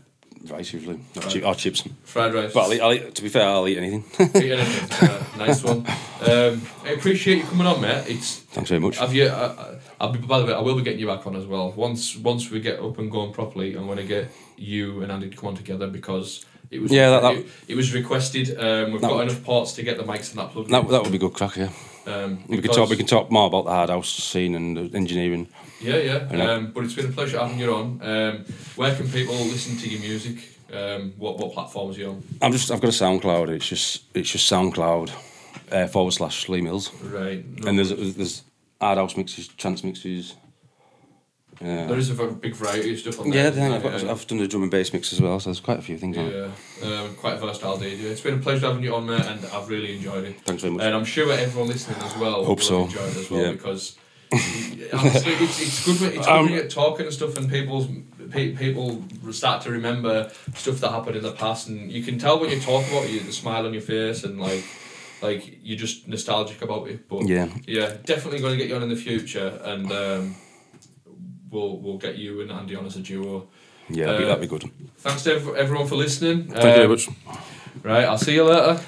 E: rice usually. Or, chi- or chips.
A: Fried rice.
E: But I'll eat, I'll eat, to be fair, I'll eat anything.
A: Eat <laughs> anything. Uh, nice one. Um, I appreciate you coming on, mate. It's
E: Thanks very much.
A: Have you? I, I- I'll be. By the way, I will be getting you back on as well. Once once we get up and going properly, I'm going to get you and Andy to come on together because it was
E: Yeah, that- that-
A: it, it was requested. Um, we've
E: That
A: got
E: would-
A: enough parts to get the mics and that plugged.
E: That, that would be good crack, yeah.
A: in. um,
E: We can
A: because-
E: talk. We can talk more about the hard house scene and the engineering.
A: Yeah, yeah.
E: know.
A: Um, but it's been a pleasure having you on. Um, where can people listen to your music? Um, what what platforms are you on?
E: I'm just. I've got a SoundCloud. It's just. It's just SoundCloud uh, forward slash Lee Mills.
A: Right. no-
E: And there's there's hard house mixes, trance mixes. Yeah.
A: there is a v- big variety of stuff on there.
E: uh, Yeah,
A: isn't
E: then I've,
A: there?
E: got, I've done a drum and bass mix as well, so there's quite a few things on it.
A: Yeah, um, quite a versatile DJ. It's been a pleasure having you on, mate, and I've really enjoyed it.
E: Thanks very much.
A: And I'm sure everyone listening as well
E: Hope
A: will
E: so.
A: have enjoyed it as well
E: Yeah.
A: because <laughs> honestly, it's, it's good when, it's good
E: Um,
A: when you're talking and stuff and people's pe- people start to remember stuff that happened in the past and you can tell when you talk about it, you the smile on your face and like like you're just nostalgic about it but
E: Yeah.
A: yeah definitely going to get you on in the future and um, we'll we'll get you and Andy on as a duo
E: Yeah, that'd,
A: Uh,
E: be, that'd be good. Thank
A: thanks to ev- everyone for listening
E: you
A: Um,
E: very much.
A: Right, I'll see you later.